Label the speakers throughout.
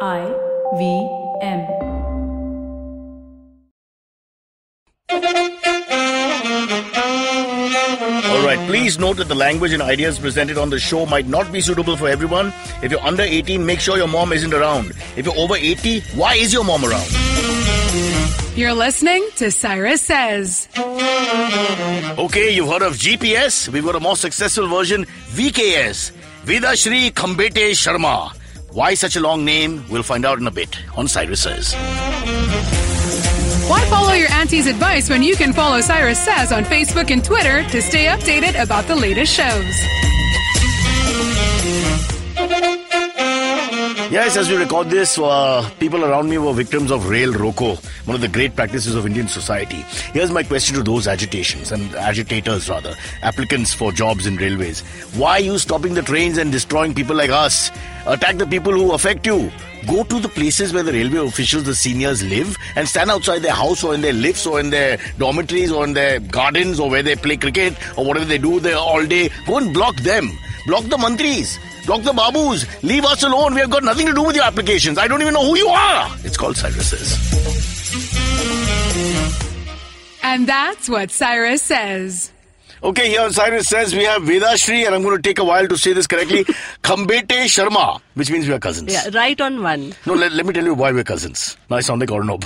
Speaker 1: I V M.
Speaker 2: All right, please note that the language and ideas presented on the show might not be suitable for everyone. If you're under 18, make sure your mom isn't around. If you're over 80, why is your mom around?
Speaker 3: You're listening to Cyrus Says.
Speaker 2: Okay, you've heard of GPS. We've got a more successful version, VKS. Vida Shri Khambete Sharma. Why such a long name? We'll find out in a bit on Cyrus Says.
Speaker 3: Why follow your auntie's advice when you can follow Cyrus Says on Facebook and Twitter to stay updated about the latest shows?
Speaker 2: Yes, as we record this, uh, people around me were victims of rail roko, one of the great practices of Indian society. Here's my question to those agitations and agitators, rather, applicants for jobs in railways: Why are you stopping the trains and destroying people like us? Attack the people who affect you. Go to the places where the railway officials, the seniors, live and stand outside their house or in their lifts or in their dormitories or in their gardens or where they play cricket or whatever they do there all day. Go and block them. Block the mantris. Block the babus. Leave us alone. We have got nothing to do with your applications. I don't even know who you are. It's called Cyrus's.
Speaker 3: And that's what Cyrus says.
Speaker 2: Okay, here Cyrus says we have Vedashri, and I'm going to take a while to say this correctly. Khambete Sharma, which means we are cousins.
Speaker 4: Yeah, right on one.
Speaker 2: No, let, let me tell you why we're cousins. Now I sound like Arnob.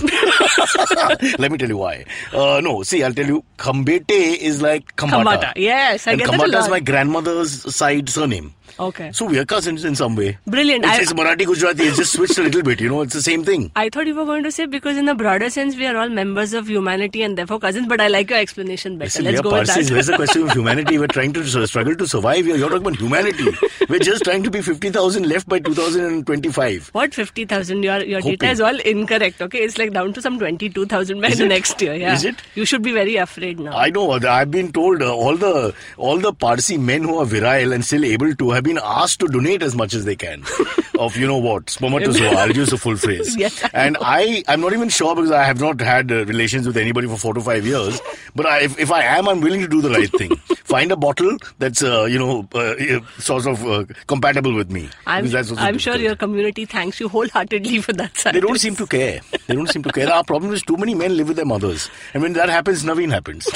Speaker 2: let me tell you why. Uh, no, see, I'll tell you. Khambete is like Khambata.
Speaker 4: Kambata. Yes, I
Speaker 2: and
Speaker 4: get that a
Speaker 2: Khambata is
Speaker 4: lot.
Speaker 2: my grandmother's side surname.
Speaker 4: Okay.
Speaker 2: So we are cousins in some way.
Speaker 4: Brilliant.
Speaker 2: It's,
Speaker 4: I-
Speaker 2: it's Marathi Gujarati. It's just switched a little bit. You know, it's the same thing.
Speaker 4: I thought you were going to say because in a broader sense we are all members of humanity and therefore cousins, but I like your explanation better.
Speaker 2: Listen,
Speaker 4: Let's
Speaker 2: we
Speaker 4: go
Speaker 2: are Parsis.
Speaker 4: with
Speaker 2: Where's the
Speaker 4: that.
Speaker 2: question of humanity? We're trying to s- struggle to survive here. You're talking about humanity. We're just trying to be 50,000 left by 2025.
Speaker 4: What fifty thousand? Your your
Speaker 2: Hoping.
Speaker 4: data is all incorrect. Okay, it's like down to some twenty two thousand by
Speaker 2: Is
Speaker 4: the
Speaker 2: it?
Speaker 4: next year. Yeah,
Speaker 2: Is it?
Speaker 4: You should be very afraid now.
Speaker 2: I know. I've been told uh, all the all the Parsi men who are virile and still able to have been asked to donate as much as they can. of you know what spermatozoa. I'll use the full phrase.
Speaker 4: Yes, I
Speaker 2: and I I'm not even sure because I have not had uh, relations with anybody for four to five years. But I, if if I am, I'm willing to do the right thing. Find a bottle that's uh, you know uh, uh, sort of uh, compatible with me.
Speaker 4: I'm,
Speaker 2: Because that's what's so
Speaker 4: I'm sure
Speaker 2: difficult.
Speaker 4: your community thanks you wholeheartedly for that.
Speaker 2: They don't
Speaker 4: Cyrus.
Speaker 2: seem to care. They don't seem to care. Our problem is too many men live with their mothers. And when that happens, Naveen happens.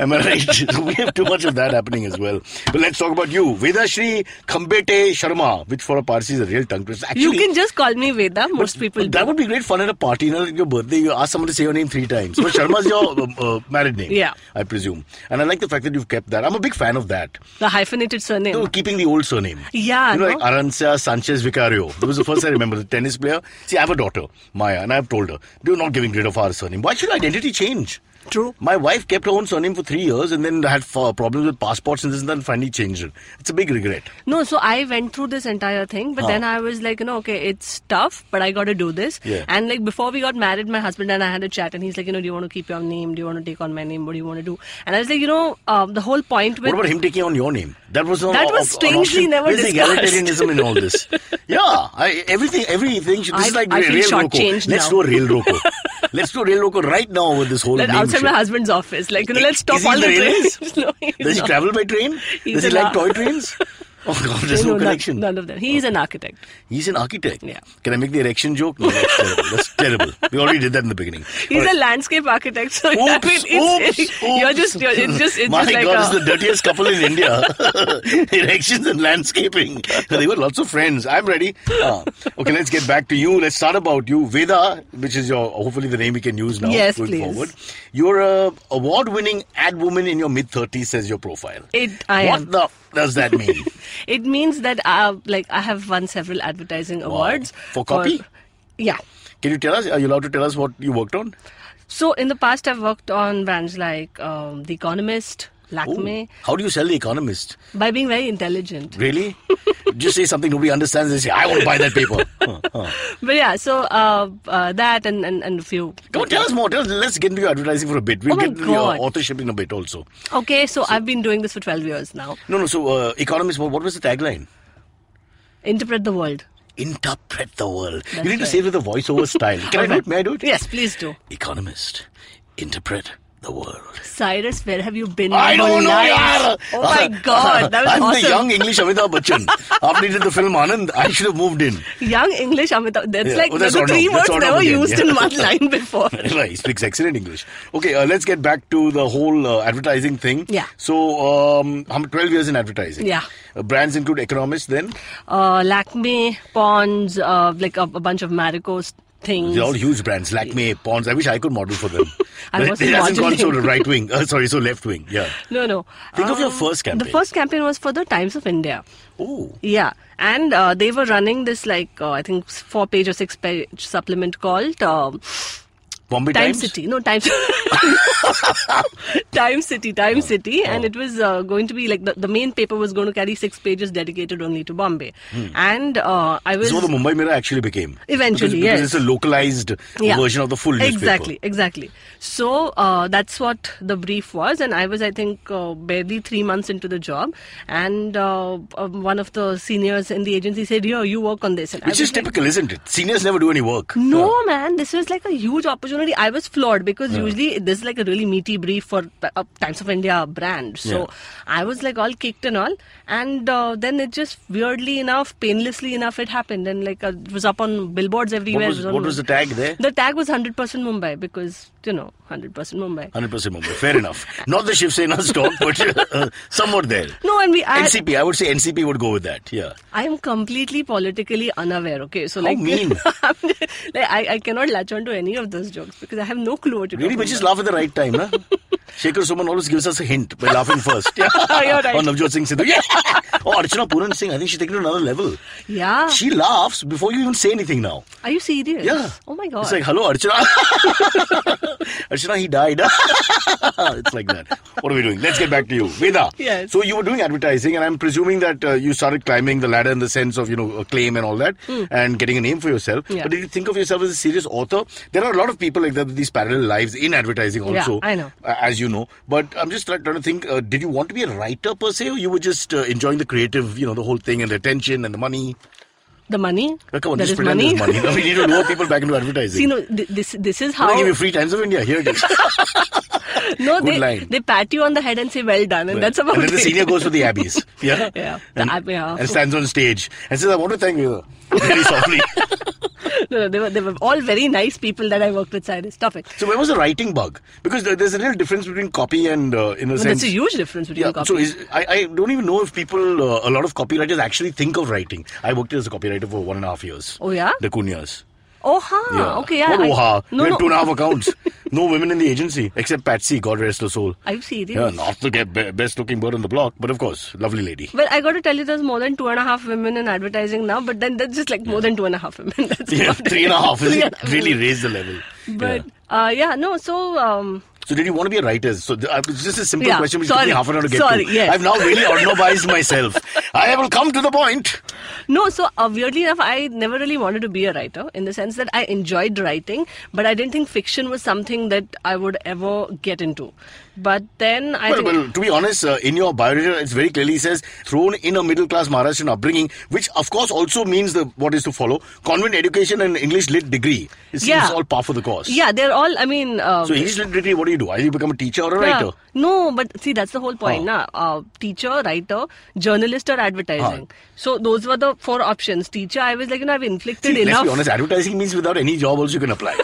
Speaker 2: Am I right? So we have too much of that happening as well. But let's talk about you. Vedashri Khambete Sharma, which for a Parsi is a real tongue twister. Actually,
Speaker 4: You can just call me Veda. Most people
Speaker 2: that
Speaker 4: do.
Speaker 2: would be great fun at a party. You know, at your birthday, you ask someone to say your name three times. But Sharma's your um, uh, married name.
Speaker 4: Yeah.
Speaker 2: I presume. And I like the fact that you've kept that. I'm a big fan of that.
Speaker 4: The hyphenated surname.
Speaker 2: No, keeping the old surname.
Speaker 4: Yeah,
Speaker 2: You know,
Speaker 4: no?
Speaker 2: like Arancia Sanchez Vicario. That was the first I remember, the tennis player. See, I have a daughter, Maya, and I've told her, you're not giving rid of our surname. Why should identity change?
Speaker 4: True.
Speaker 2: My wife kept her own surname for three years and then had uh, problems with passports and this and that and finally changed it. It's a big regret.
Speaker 4: No, so I went through this entire thing, but
Speaker 2: Huh.
Speaker 4: then I was like, you know, okay, it's tough, but I got to do this.
Speaker 2: Yeah.
Speaker 4: And like before we got married, my husband and I had a chat, and he's like, you know, do you want to keep your name? Do you want to take on my name? What do you want to do? And I was like, you know, um, the whole point with
Speaker 2: what about him taking on your name? That was not
Speaker 4: That
Speaker 2: an
Speaker 4: was
Speaker 2: op- an
Speaker 4: strangely
Speaker 2: option.
Speaker 4: never
Speaker 2: There's
Speaker 4: discussed.
Speaker 2: egalitarianism in all this. yeah, I, everything, everything. This
Speaker 4: I-
Speaker 2: is like
Speaker 4: I
Speaker 2: rail
Speaker 4: feel
Speaker 2: roco.
Speaker 4: shortchanged
Speaker 2: Let's do
Speaker 4: now.
Speaker 2: a rail roco. Let's do a rail roco right now with this whole
Speaker 4: like,
Speaker 2: name
Speaker 4: outside
Speaker 2: shit.
Speaker 4: my husband's office, like you know,
Speaker 2: I-
Speaker 4: let's stop
Speaker 2: is he
Speaker 4: all
Speaker 2: in
Speaker 4: the
Speaker 2: the railways?
Speaker 4: trains. no, he's
Speaker 2: Does he
Speaker 4: not.
Speaker 2: travel by train?
Speaker 4: He's
Speaker 2: Does he
Speaker 4: an
Speaker 2: like
Speaker 4: ar-
Speaker 2: toy trains? Oh God, there's no,
Speaker 4: none-
Speaker 2: connection.
Speaker 4: None of that. He's an architect.
Speaker 2: He's an architect.
Speaker 4: Yeah.
Speaker 2: Can I make the erection joke? No, that's terrible. That's terrible. We already did that in the beginning.
Speaker 4: He's
Speaker 2: All right.
Speaker 4: a landscape architect. So
Speaker 2: Oops,
Speaker 4: yeah, it's, it's-
Speaker 2: oops,
Speaker 4: you're
Speaker 2: oops.
Speaker 4: just, you're, it's just, it's
Speaker 2: My
Speaker 4: just like
Speaker 2: God,
Speaker 4: a,
Speaker 2: it's the dirtiest couple in India. Erections and landscaping. They were lots of friends. I'm ready. Ah. okay, let's get back to you. Let's start about you, Veda, which is your hopefully the name we can use now
Speaker 4: Yes,
Speaker 2: going
Speaker 4: please.
Speaker 2: forward. You're a award-winning ad woman in your mid 30s, says your profile.
Speaker 4: It- I
Speaker 2: what
Speaker 4: am.
Speaker 2: the f- does that mean?
Speaker 4: It means that uh, like I have won several advertising awards
Speaker 2: For copy?
Speaker 4: yeah.
Speaker 2: Can you tell us? Are you allowed to tell us what you worked on?
Speaker 4: So in the past, I've worked on brands like um, The Economist,
Speaker 2: Oh,
Speaker 4: Lakme,
Speaker 2: How do you sell The Economist?
Speaker 4: by being very intelligent.
Speaker 2: Really? Just say something nobody understands and say, I want to buy that paper. Huh, huh.
Speaker 4: But yeah, so uh, uh, that and, and and a few.
Speaker 2: Come on, tell us more. Tell us, let's get into your advertising for a bit. We'll
Speaker 4: Oh my
Speaker 2: get into your
Speaker 4: God.
Speaker 2: authorship in a bit also.
Speaker 4: Okay, so, I've been doing this for twelve years now.
Speaker 2: No, no, so uh, Economist, what, what was the tagline?
Speaker 4: Interpret the world.
Speaker 2: Interpret the world. you
Speaker 4: That's
Speaker 2: need to
Speaker 4: right.
Speaker 2: say it with a voiceover style. Can I do it? May I do it?
Speaker 4: Yes, please do.
Speaker 2: Economist, interpret the world.
Speaker 4: Cyrus, where have you been? your
Speaker 2: I
Speaker 4: whole
Speaker 2: don't know,
Speaker 4: life?
Speaker 2: yaar.
Speaker 4: Oh my god, that was
Speaker 2: I'm
Speaker 4: awesome.
Speaker 2: the young English Amitabh Bachchan. After he did the film Anand, I should have moved in.
Speaker 4: Young English Amitabh. That's
Speaker 2: Yeah,
Speaker 4: like
Speaker 2: oh,
Speaker 4: the
Speaker 2: that's
Speaker 4: three
Speaker 2: Arnab. That's
Speaker 4: words that
Speaker 2: Arnab
Speaker 4: were
Speaker 2: again,
Speaker 4: used
Speaker 2: yeah.
Speaker 4: in one line before.
Speaker 2: Right, he speaks excellent English. Okay, uh, let's get back to the whole uh, advertising thing.
Speaker 4: Yeah.
Speaker 2: So, um, I'm 12 years in advertising.
Speaker 4: Yeah.
Speaker 2: Uh, brands include Economist then.
Speaker 4: Uh, Lakme, Pons, uh, like a, a bunch of Marico's things.
Speaker 2: They're all huge brands. Lakme, Pons. I wish I could model for them.
Speaker 4: I
Speaker 2: But
Speaker 4: was
Speaker 2: it hasn't gone so
Speaker 4: modeling.
Speaker 2: right wing. Uh, sorry, so left wing. Yeah.
Speaker 4: No, no. Uh,
Speaker 2: Think of your first campaign.
Speaker 4: The first campaign was for the Times of India.
Speaker 2: Oh.
Speaker 4: Yeah, and uh, they were running this like uh, I think four page or six page supplement called um,
Speaker 2: Bombay
Speaker 4: Time
Speaker 2: Times.
Speaker 4: City. No, Time Time City, Time
Speaker 2: Oh.
Speaker 4: City, and it was uh, going to be like the, the main paper was going to carry six pages dedicated only to Bombay, and uh, I was
Speaker 2: Hmm. This is what the Mumbai Mirror actually became.
Speaker 4: Eventually,
Speaker 2: because, because it's
Speaker 4: yes.
Speaker 2: a localized
Speaker 4: Yeah.
Speaker 2: version of the full newspaper.
Speaker 4: Exactly, exactly. So uh, that's what the brief was, and I was, I think, uh, barely three months into the job, and uh, um, one of the seniors in the agency said, "Yo, you work on this." And I
Speaker 2: Which
Speaker 4: was
Speaker 2: is
Speaker 4: like,
Speaker 2: typical, isn't it? Seniors never do any work.
Speaker 4: No, man, this was like a huge opportunity. I was floored because usually this is like a really meaty brief for uh, Times of India brand. So
Speaker 2: Yeah.
Speaker 4: I was like all kicked and all. And uh, then it just weirdly enough, painlessly enough, it happened. And like uh, it was up on billboards everywhere.
Speaker 2: What
Speaker 4: It
Speaker 2: was,
Speaker 4: on-
Speaker 2: what was the tag there?
Speaker 4: The tag was 100% Mumbai because, you know, 100% Mumbai.
Speaker 2: 100% Mumbai. Fair enough. Not the Shiv Sena stock, but uh, somewhat there.
Speaker 4: No, and we. I,
Speaker 2: NCP. I would say NCP would go with that. Yeah.
Speaker 4: I am completely politically unaware. Okay, so
Speaker 2: How
Speaker 4: like,
Speaker 2: mean.
Speaker 4: I'm just- like I, I cannot latch on to any of those jokes because I have no clue what you're
Speaker 2: Really, but
Speaker 4: talking
Speaker 2: just
Speaker 4: about.
Speaker 2: laugh at the right time, huh? Shekhar Suman always gives us a hint by laughing first. Yeah.
Speaker 4: You're right.
Speaker 2: Or Navjot Singh Sidhu. Yeah. Or Archana Puran Singh. I think she's taken it to another level.
Speaker 4: Yeah.
Speaker 2: She laughs before you even say anything now.
Speaker 4: Are you serious?
Speaker 2: Yeah.
Speaker 4: Oh my god.
Speaker 2: It's like, hello, Archana. Archana, he died. it's like that. What are we doing? Let's get back to you. Veda.
Speaker 4: Yes.
Speaker 2: So you were doing advertising, and I'm presuming that uh, you started climbing the ladder in the sense of, you know, acclaim and all that, and getting a name for yourself.
Speaker 4: Hmm. Yeah.
Speaker 2: But did you think of yourself as a serious author? There are a lot of people like that with these parallel lives in advertising
Speaker 4: Yeah,
Speaker 2: also.
Speaker 4: I know.
Speaker 2: uh, as you know. But I'm just try- trying to think, uh, did you want to be a writer per se, or you were just uh, enjoying the creative, you know, the whole thing and the attention and the money?
Speaker 4: the money.
Speaker 2: Uh, come on,
Speaker 4: There
Speaker 2: just
Speaker 4: is
Speaker 2: pretend
Speaker 4: money.
Speaker 2: there's money. No, we need to lure people back into advertising.
Speaker 4: See, no, th- this this is
Speaker 2: Can
Speaker 4: how
Speaker 2: I give you free times of India? Here it is.
Speaker 4: no
Speaker 2: Good
Speaker 4: they
Speaker 2: line.
Speaker 4: they pat you on the head and say well done, and that's about
Speaker 2: and then the
Speaker 4: it.
Speaker 2: senior goes for the abbeys. Yeah.
Speaker 4: Yeah. The
Speaker 2: And,
Speaker 4: abbey, yeah.
Speaker 2: and stands on stage and says, I want to thank you. Very softly.
Speaker 4: no, no, they were they were all very nice people that I worked with. Cyrus, stop it.
Speaker 2: so where was the writing bug? Because there- there's a real difference between copy and, uh, in a
Speaker 4: But
Speaker 2: sense.
Speaker 4: that's a huge difference between
Speaker 2: yeah,
Speaker 4: copy.
Speaker 2: so is, I, I don't even know if people, uh, a lot of copywriters actually think of writing. I worked as a copywriter for one and a half years.
Speaker 4: Oh, yeah?
Speaker 2: The Kunyas.
Speaker 4: oh ha, okay, yeah.
Speaker 2: What
Speaker 4: I-
Speaker 2: oha? we
Speaker 4: No,
Speaker 2: had
Speaker 4: no.
Speaker 2: two and a half accounts. no women in the agency except Patsy, God rest her soul.
Speaker 4: Are you serious?
Speaker 2: Yeah, not the ge- be- best looking bird on the block, but of course, lovely lady.
Speaker 4: Well, I got to tell you, there's more than two and a half women in advertising now, but then that's just like more than two and a half women. That's
Speaker 2: Yeah,
Speaker 4: about it.
Speaker 2: three and a half. Is
Speaker 4: Three
Speaker 2: it
Speaker 4: and a half
Speaker 2: really
Speaker 4: women.
Speaker 2: raised the level?
Speaker 4: But
Speaker 2: Yeah.
Speaker 4: uh, yeah, no. So um,
Speaker 2: So did you want to be a writer? So th- uh, it's just a simple
Speaker 4: Yeah,
Speaker 2: question which took
Speaker 4: sorry,
Speaker 2: me half an hour to get
Speaker 4: sorry,
Speaker 2: to.
Speaker 4: yes.
Speaker 2: I've now really autonomized myself. I will come to the point.
Speaker 4: No, so uh, weirdly enough, I never really wanted to be a writer in the sense that I enjoyed writing, but I didn't think fiction was something that I would ever get into. But then I
Speaker 2: Well,
Speaker 4: think.
Speaker 2: well, to be honest, uh, in your biodata, it's very clearly says thrown in a middle class Maharashtrian upbringing, which of course also means the what is to follow convent education and English lit degree. It seems
Speaker 4: Yeah.
Speaker 2: all par for the course.
Speaker 4: yeah, they're all. I mean, uh,
Speaker 2: So English lit degree, what do you do? Either you become a teacher or a
Speaker 4: yeah.
Speaker 2: writer. Oh.
Speaker 4: no, but see, that's the whole point,
Speaker 2: Huh.
Speaker 4: na? Uh, teacher, writer, journalist, or advertising.
Speaker 2: Ah.
Speaker 4: So those were the four options. Teacher, I was like, you know, I've inflicted
Speaker 2: See,
Speaker 4: enough.
Speaker 2: let's be honest, advertising means without any job also you can apply.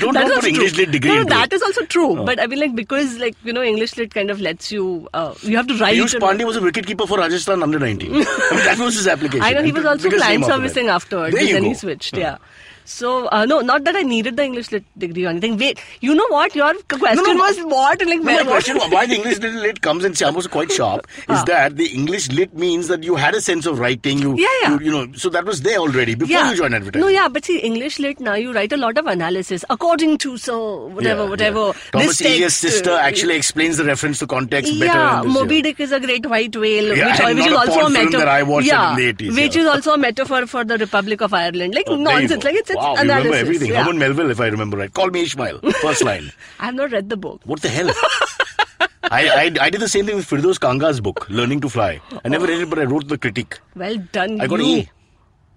Speaker 2: Don't
Speaker 4: That
Speaker 2: look
Speaker 4: is
Speaker 2: for
Speaker 4: also
Speaker 2: English Oh.
Speaker 4: true.
Speaker 2: lit degree.
Speaker 4: No, no,
Speaker 2: into it.
Speaker 4: that is also true. But I mean, like because like you know, English lit kind of lets you uh, you have to write.
Speaker 2: Piyush
Speaker 4: and-
Speaker 2: Pandey was a wicketkeeper for Rajasthan under 19. I mean, that was his application.
Speaker 4: I know he
Speaker 2: And
Speaker 4: was
Speaker 2: the
Speaker 4: also
Speaker 2: biggest
Speaker 4: client
Speaker 2: name after
Speaker 4: servicing
Speaker 2: that.
Speaker 4: afterwards,
Speaker 2: There
Speaker 4: but
Speaker 2: you
Speaker 4: then
Speaker 2: go.
Speaker 4: he switched. Yeah. So uh, no, not that I needed the English lit degree or anything. Wait, you know what? Your question
Speaker 2: no.
Speaker 4: was what and like
Speaker 2: No,
Speaker 4: where?
Speaker 2: my
Speaker 4: what-
Speaker 2: question why the English lit, lit comes and Shyam was quite sharp
Speaker 4: Ah.
Speaker 2: is that the English lit means that you had a sense of writing. You,
Speaker 4: Yeah, yeah.
Speaker 2: You, you know, so that was there already before
Speaker 4: yeah.
Speaker 2: you joined advertising.
Speaker 4: No, yeah, but see, English lit now you write a lot of analysis according to so whatever,
Speaker 2: Yeah,
Speaker 4: whatever.
Speaker 2: yeah. Thomas
Speaker 4: this
Speaker 2: Elias'
Speaker 4: takes,
Speaker 2: sister
Speaker 4: uh,
Speaker 2: actually explains the reference to context better.
Speaker 4: Yeah,
Speaker 2: in this,
Speaker 4: Moby Dick is a great white whale,
Speaker 2: Yeah,
Speaker 4: which,
Speaker 2: and not
Speaker 4: which is
Speaker 2: a
Speaker 4: also
Speaker 2: porn
Speaker 4: a
Speaker 2: film
Speaker 4: metaphor.
Speaker 2: that I watched
Speaker 4: yeah,
Speaker 2: in the 80s,
Speaker 4: which
Speaker 2: yeah.
Speaker 4: is also a metaphor for the Republic of Ireland. Like
Speaker 2: Oh, there you
Speaker 4: nonsense,
Speaker 2: go.
Speaker 4: like it's, it's
Speaker 2: wow, you
Speaker 4: analysis.
Speaker 2: remember everything.
Speaker 4: Yeah.
Speaker 2: Herman Melville, if I remember right. Call me Ishmael. First line.
Speaker 4: I have not read the book.
Speaker 2: What the hell? I, I, I did the same thing with Firdos Kanga's book, Learning to Fly. I never read it, but I wrote the critique.
Speaker 4: Well done.
Speaker 2: I got an
Speaker 4: you.
Speaker 2: E.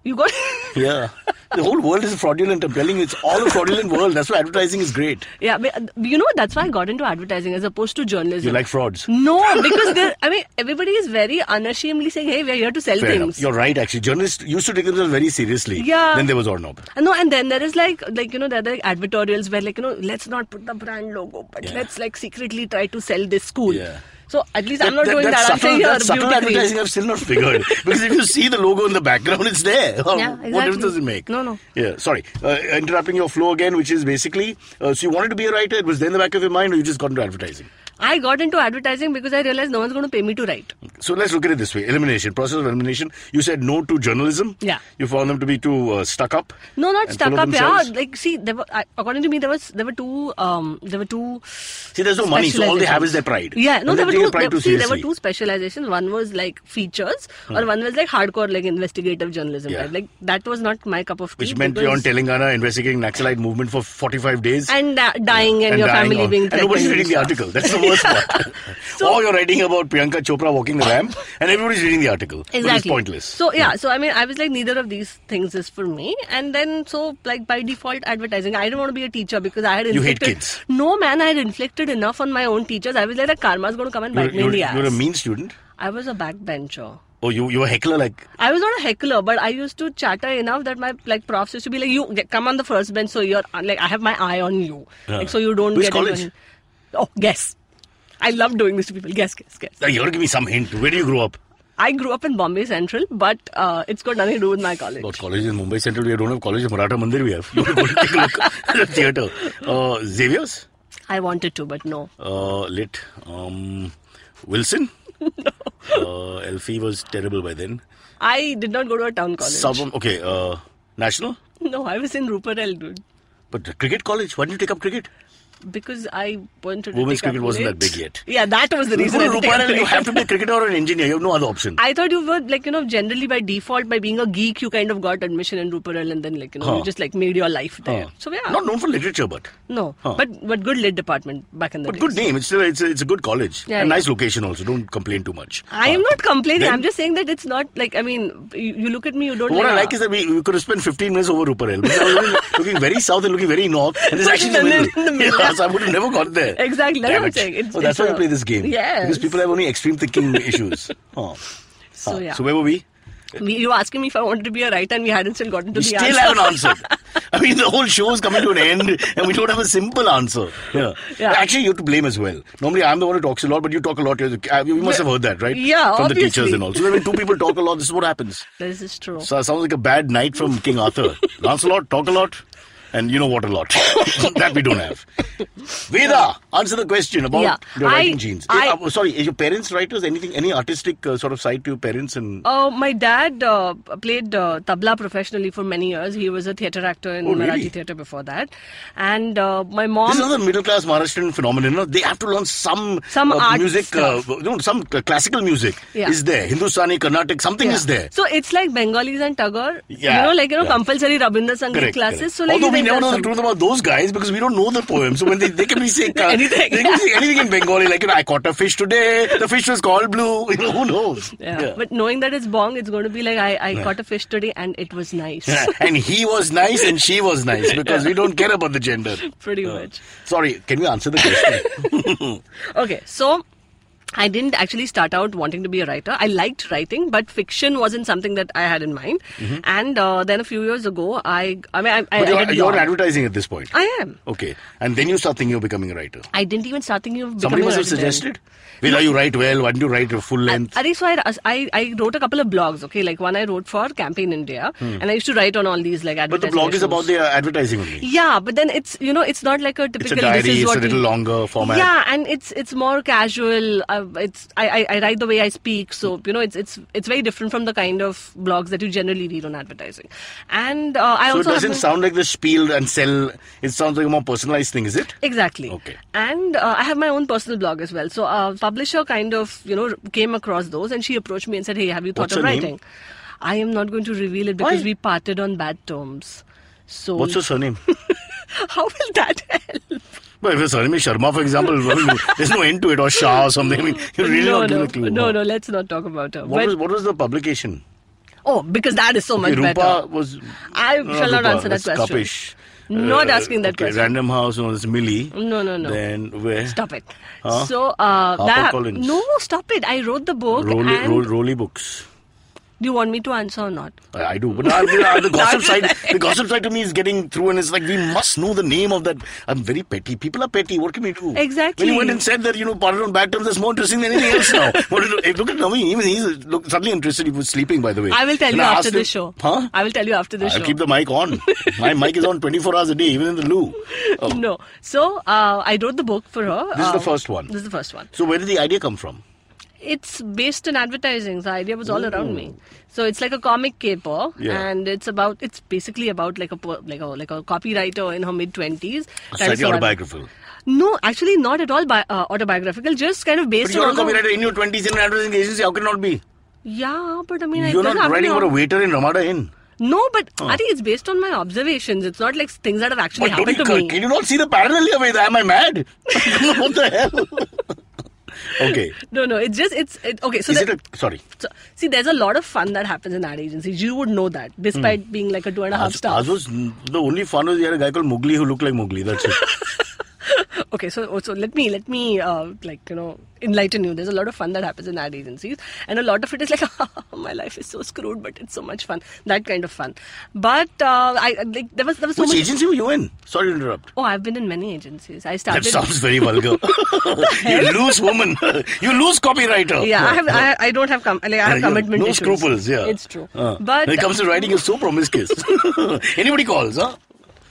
Speaker 4: You got.
Speaker 2: Yeah. The whole world is fraudulent. I'm telling you, it's all a fraudulent world. That's why advertising is great.
Speaker 4: Yeah, but, uh, you know that's why I got into advertising as opposed to journalism.
Speaker 2: You like frauds.
Speaker 4: No, because there- I mean everybody is very unashamedly saying, "Hey, we are here to sell
Speaker 2: Fair enough.
Speaker 4: things."
Speaker 2: You're right, actually. Journalists used to take themselves very seriously.
Speaker 4: Yeah.
Speaker 2: Then there was Ornob.
Speaker 4: And no, and then there is like, like you know, there are like advertorials where like you know, let's not put the brand logo, but
Speaker 2: Yeah.
Speaker 4: let's like secretly try to sell this school.
Speaker 2: Yeah.
Speaker 4: So at least I'm not doing that. I'm
Speaker 2: subtle,
Speaker 4: saying here,
Speaker 2: that subtle
Speaker 4: beauty queen.
Speaker 2: advertising I've still not figured. because if you see the logo in the background, it's there.
Speaker 4: Yeah,
Speaker 2: What
Speaker 4: exactly.
Speaker 2: difference does it make?
Speaker 4: No, no.
Speaker 2: Yeah, sorry. Uh, interrupting your flow again, which is basically uh, so you wanted to be a writer, it was there in the back of your mind, or you just got into advertising?
Speaker 4: I got into advertising because I realized no one's going to pay me to write.
Speaker 2: So let's look at it this way elimination, process of elimination. You said no to journalism.
Speaker 4: Yeah.
Speaker 2: You found them to be too uh, stuck up.
Speaker 4: No, not
Speaker 2: and
Speaker 4: stuck
Speaker 2: full of
Speaker 4: up. Yeah,
Speaker 2: themselves.
Speaker 4: like see, there were I- according to me, there was there were two um there were two.
Speaker 2: See, there's no money, so all they have is their pride.
Speaker 4: Yeah, no,
Speaker 2: And they
Speaker 4: there were
Speaker 2: take
Speaker 4: two.
Speaker 2: pride
Speaker 4: There,
Speaker 2: too
Speaker 4: see, there were
Speaker 2: seriously. Hmm.
Speaker 4: two specializations. One was like features, or one was like hardcore, like investigative journalism.
Speaker 2: Yeah.
Speaker 4: Right? Like that was not my cup of tea.
Speaker 2: Which meant
Speaker 4: because-
Speaker 2: you're on Telangana investigating Naxalite movement for 45 days.
Speaker 4: and uh, dying and, your
Speaker 2: dying
Speaker 4: family
Speaker 2: on-
Speaker 4: being
Speaker 2: and
Speaker 4: threatened.
Speaker 2: nobody's reading the article. That's the worst part.
Speaker 4: So-
Speaker 2: or you're writing about Priyanka Chopra walking the ramp, and everybody's reading the article. Which is
Speaker 4: Exactly.
Speaker 2: pointless.
Speaker 4: So yeah, so I mean, I was like, neither of these things is for me. And then so like by default, advertising. I didn't want to be a teacher because I had
Speaker 2: You hate
Speaker 4: inflicted.
Speaker 2: kids.
Speaker 4: No man, I had inflicted enough on my own teachers. I was like, the karma's going to come and
Speaker 2: you're,
Speaker 4: bite me in
Speaker 2: you're,
Speaker 4: the ass.
Speaker 2: you're a mean student.
Speaker 4: I was a backbencher.
Speaker 2: Oh, you you were a heckler like
Speaker 4: I was not a heckler, but I used to chatter enough that my like profs used to be like, "You get- come on the first bench, so you're uh, like I have my eye on you, like so you don't
Speaker 2: Which
Speaker 4: get
Speaker 2: college?
Speaker 4: Even... Oh, guess. I love doing this to people. Guess, guess, guess.
Speaker 2: "Now, you gotta give me some hint. Where do you grow up?
Speaker 4: I grew up in Bombay Central, but uh, it's got nothing to do with my college.
Speaker 2: Not college in Mumbai Central. We don't have college in Maratha Mandir. We have. You have to go take a look at the theatre. Uh, Xavier's,
Speaker 4: I wanted to, but no.
Speaker 2: uh, lit. Um, Wilson. Uh, Elfie was terrible by then.
Speaker 4: I did not go to a town college.
Speaker 2: Suburb- okay. Uh, national.
Speaker 4: No, I was in Ruparel, dude.
Speaker 2: But cricket college. Why didn't you take up cricket?
Speaker 4: Because I wanted to.
Speaker 2: Women's
Speaker 4: take up
Speaker 2: cricket wasn't that
Speaker 4: late.
Speaker 2: big yet.
Speaker 4: Yeah, that was the
Speaker 2: You
Speaker 4: reason.
Speaker 2: go to
Speaker 4: I didn't take
Speaker 2: Rupan
Speaker 4: up
Speaker 2: and you
Speaker 4: late.
Speaker 2: have to be a cricketer or an engineer. You have no other option.
Speaker 4: I thought you were like you know generally by default by being a geek you kind of got admission in Ruparel and then like you know
Speaker 2: Huh.
Speaker 4: you just like made your life there.
Speaker 2: Huh.
Speaker 4: So yeah,
Speaker 2: Uh, Not known for literature, but
Speaker 4: no,
Speaker 2: Huh.
Speaker 4: but but good lit department back in the
Speaker 2: but
Speaker 4: days.
Speaker 2: good name. It's still it's a, it's a good college.
Speaker 4: Yeah,
Speaker 2: a
Speaker 4: yeah.
Speaker 2: nice location also. Don't complain too much.
Speaker 4: I am
Speaker 2: Huh.
Speaker 4: not complaining.
Speaker 2: Then-
Speaker 4: I'm just saying that it's not like I mean you, you look at me you don't.
Speaker 2: But what I
Speaker 4: ah.
Speaker 2: like is that we, we could have spent 15 minutes over Ruparel. because I was looking, looking very south and looking very north. And this is
Speaker 4: But
Speaker 2: actually the
Speaker 4: then
Speaker 2: middle.
Speaker 4: in the middle.
Speaker 2: Yeah, so I would have never got there.
Speaker 4: Exactly, that's
Speaker 2: Damn
Speaker 4: what I'm
Speaker 2: it.
Speaker 4: saying. It's-
Speaker 2: oh, that's
Speaker 4: it's
Speaker 2: why
Speaker 4: a-
Speaker 2: we play this game.
Speaker 4: Yes.
Speaker 2: Because people have only extreme thinking issues. Huh.
Speaker 4: so
Speaker 2: Huh.
Speaker 4: yeah.
Speaker 2: So where were we?
Speaker 4: We- you were asking me if I wanted to be a writer and we hadn't still gotten to
Speaker 2: We
Speaker 4: the
Speaker 2: still
Speaker 4: answer.
Speaker 2: haven't answered. I mean, the whole show is coming to an end, and we don't have a simple answer. Yeah.
Speaker 4: Yeah.
Speaker 2: Actually, you're to blame as well. Normally, I'm the one who talks a lot, but you talk a lot. You're the- uh, You must have heard that, right?
Speaker 4: Yeah,
Speaker 2: From the
Speaker 4: obviously.
Speaker 2: teachers and all. So when two people talk a lot, this is what happens.
Speaker 4: This is true.
Speaker 2: So it sounds like a bad night from King Arthur. Lancelot, talk a lot, and you know what a lot. that we don't have. Veda, answer the question about
Speaker 4: Yeah.
Speaker 2: your
Speaker 4: I-
Speaker 2: writing genes.
Speaker 4: I-
Speaker 2: Uh, sorry, is your parents writers? Anything? Any artistic uh, sort of side to your parents? And
Speaker 4: Uh, my dad uh, played uh, tabla professionally for many years. He was a theatre actor in
Speaker 2: Oh,
Speaker 4: Marathi
Speaker 2: really?
Speaker 4: theatre before that. And uh, my mom.
Speaker 2: This is another middle class Maharashtrian phenomenon. no? They have to learn some
Speaker 4: Some art
Speaker 2: music, uh,
Speaker 4: stuff.
Speaker 2: no, some cl- classical music
Speaker 4: Yeah.
Speaker 2: is there. Hindustani, Carnatic, something is there.
Speaker 4: So it's like Bengalis and Tagore.
Speaker 2: Yeah,
Speaker 4: You know, like you know,
Speaker 2: yeah.
Speaker 4: compulsory Rabindra Sangeet
Speaker 2: Correct.
Speaker 4: classes.
Speaker 2: correct.
Speaker 4: So like
Speaker 2: Although
Speaker 4: you
Speaker 2: we
Speaker 4: think
Speaker 2: never know
Speaker 4: that's
Speaker 2: the
Speaker 4: some-
Speaker 2: truth about those guys because we don't know the poem. So when they, they can be saying uh,
Speaker 4: Anything,
Speaker 2: they can say anything in Bengali, like you know, I caught a fish today. The fish was called blue. You know, who knows?
Speaker 4: Yeah.
Speaker 2: Yeah.
Speaker 4: But knowing that it's bong, it's going to be like I, I caught a fish today and it was nice.
Speaker 2: Yeah, and he was nice and she was nice because we don't care about the gender.
Speaker 4: Pretty
Speaker 2: Uh,
Speaker 4: much.
Speaker 2: Sorry, can you answer the question?
Speaker 4: Okay, so I didn't actually start out wanting to be a writer. I liked writing, but fiction wasn't something that I had in mind. And uh, then a few years ago, I I mean, I, I,
Speaker 2: Mm-hmm. but
Speaker 4: I
Speaker 2: you're,
Speaker 4: did
Speaker 2: you're
Speaker 4: law.
Speaker 2: advertising at this point.
Speaker 4: I am.
Speaker 2: Okay. And then you start thinking you're becoming a writer.
Speaker 4: I didn't even start thinking of
Speaker 2: Somebody
Speaker 4: becoming
Speaker 2: must
Speaker 4: a
Speaker 2: have
Speaker 4: writer.
Speaker 2: suggested. Vila, you write well. Why don't you write a full length?
Speaker 4: I, think so I, I, I wrote a couple of blogs, okay? Like one I wrote for Campaign India, and I used to write on all these like
Speaker 2: Hmm. but the
Speaker 4: advertising
Speaker 2: blog is
Speaker 4: issues.
Speaker 2: about the uh, advertising only.
Speaker 4: Yeah, but then it's you know it's not like a
Speaker 2: It's
Speaker 4: typical.
Speaker 2: a diary.
Speaker 4: this is
Speaker 2: It's
Speaker 4: what
Speaker 2: a little
Speaker 4: we-
Speaker 2: longer format.
Speaker 4: Yeah, and it's it's more casual. Uh, it's I, I I write the way I speak, so you know it's it's it's very different from the kind of blogs that you generally read on advertising. And uh, I
Speaker 2: So it
Speaker 4: also
Speaker 2: doesn't
Speaker 4: happen-
Speaker 2: sound like the spiel and sell. It sounds like a more personalized thing, is it?
Speaker 4: Exactly.
Speaker 2: Okay.
Speaker 4: And uh, I have my own personal blog as well. So a publisher kind of, you know, came across those and she approached me and said, "Hey, have you thought
Speaker 2: What's
Speaker 4: of
Speaker 2: her name?
Speaker 4: writing?" I am not going to reveal it because
Speaker 2: Why?
Speaker 4: we parted on bad terms. So
Speaker 2: What's your surname?
Speaker 4: how will that help?
Speaker 2: well, if your surname is Sharma, for example, well, there's no end to it, or Shah or something. I mean, you really
Speaker 4: no,
Speaker 2: not given
Speaker 4: no,
Speaker 2: a clue.
Speaker 4: no,
Speaker 2: huh?
Speaker 4: no, let's not talk about her.
Speaker 2: What
Speaker 4: But-
Speaker 2: was what was the publication?
Speaker 4: Oh, because that is so much
Speaker 2: Okay,
Speaker 4: better.
Speaker 2: Rupa was.
Speaker 4: I
Speaker 2: no,
Speaker 4: shall not
Speaker 2: Rupa,
Speaker 4: answer that
Speaker 2: that's
Speaker 4: question.
Speaker 2: Kapish. Uh,
Speaker 4: Not asking that
Speaker 2: okay,
Speaker 4: question.
Speaker 2: Random House, no, it's Millie.
Speaker 4: No, no, no.
Speaker 2: Then where?
Speaker 4: Stop it.
Speaker 2: Huh?
Speaker 4: So uh, that
Speaker 2: HarperCollins.
Speaker 4: no, stop it. I wrote the book.
Speaker 2: Rolly,
Speaker 4: and
Speaker 2: roll, Rolly books.
Speaker 4: Do you want me to answer or not?
Speaker 2: I, I do, but I, I- the gossip
Speaker 4: Not
Speaker 2: side, the gossip side to me is getting through, and it's like we must know the name of that. I'm very petty. People are petty. What can we do?
Speaker 4: Exactly.
Speaker 2: When he went and said that, you know, parted on bad terms, that's more interesting than anything else now. What do you do? Hey, look at Naveen. Even he's look, suddenly interested. He was sleeping, by the way.
Speaker 4: I will tell
Speaker 2: And
Speaker 4: you
Speaker 2: I
Speaker 4: after
Speaker 2: asked
Speaker 4: the
Speaker 2: him-
Speaker 4: show.
Speaker 2: Huh?
Speaker 4: I will tell you after the
Speaker 2: I'll
Speaker 4: show.
Speaker 2: keep the mic on. My mic is on 24 hours a day, even in the loo. Oh.
Speaker 4: No. So uh, I wrote the book for her.
Speaker 2: This is the
Speaker 4: Uh,
Speaker 2: first one.
Speaker 4: This is the first one.
Speaker 2: So where did the idea come from?
Speaker 4: It's based in advertising. The idea was all around me. So it's like a comic caper,
Speaker 2: Yeah.
Speaker 4: and it's about it's basically about like a per- like a like a copywriter in her mid twenties.
Speaker 2: Slightly autobiographical.
Speaker 4: No, actually not at all bi- uh, autobiographical. Just kind of
Speaker 2: But
Speaker 4: based
Speaker 2: you're a
Speaker 4: on all the-
Speaker 2: copywriter in your 20s in an advertising agency. How can it not be?
Speaker 4: Yeah, but I mean, I
Speaker 2: You're
Speaker 4: don't
Speaker 2: not
Speaker 4: have
Speaker 2: writing
Speaker 4: any
Speaker 2: for a
Speaker 4: ob-
Speaker 2: waiter in Ramada Inn.
Speaker 4: No, but I think it's based on my observations. It's not like things that have actually
Speaker 2: But
Speaker 4: happened
Speaker 2: don't
Speaker 4: to
Speaker 2: you-
Speaker 4: me.
Speaker 2: Can you not see the parallel here? With, am I mad? what the hell? okay.
Speaker 4: No, no, it's just it's it, okay. So,
Speaker 2: Is
Speaker 4: that,
Speaker 2: it a sorry?
Speaker 4: so see, there's a lot of fun that happens in ad agencies. You would know that, despite
Speaker 2: Hmm.
Speaker 4: being like a two and a half
Speaker 2: Ours,
Speaker 4: star.
Speaker 2: ours was the only fun was we had a guy called Mugli who looked like Mugli. That's it.
Speaker 4: okay so so let me let me uh, like you know enlighten you there's a lot of fun that happens in ad agencies and a lot of it is like my life is so screwed but it's so much fun that kind of fun but uh, i like there was there was so
Speaker 2: Which
Speaker 4: much
Speaker 2: agency were you in? Sorry to interrupt.
Speaker 4: oh i've been in many agencies i
Speaker 2: That
Speaker 4: started
Speaker 2: sounds very vulgar. you lose woman. you lose copywriter.
Speaker 4: yeah, I have. I, I don't have. Com- like, I have
Speaker 2: Yeah, you-
Speaker 4: commitment
Speaker 2: No
Speaker 4: issues.
Speaker 2: scruples, yeah.
Speaker 4: it's true.
Speaker 2: Uh,
Speaker 4: but
Speaker 2: when it comes to writing, it's so promiscuous. Anybody calls, huh?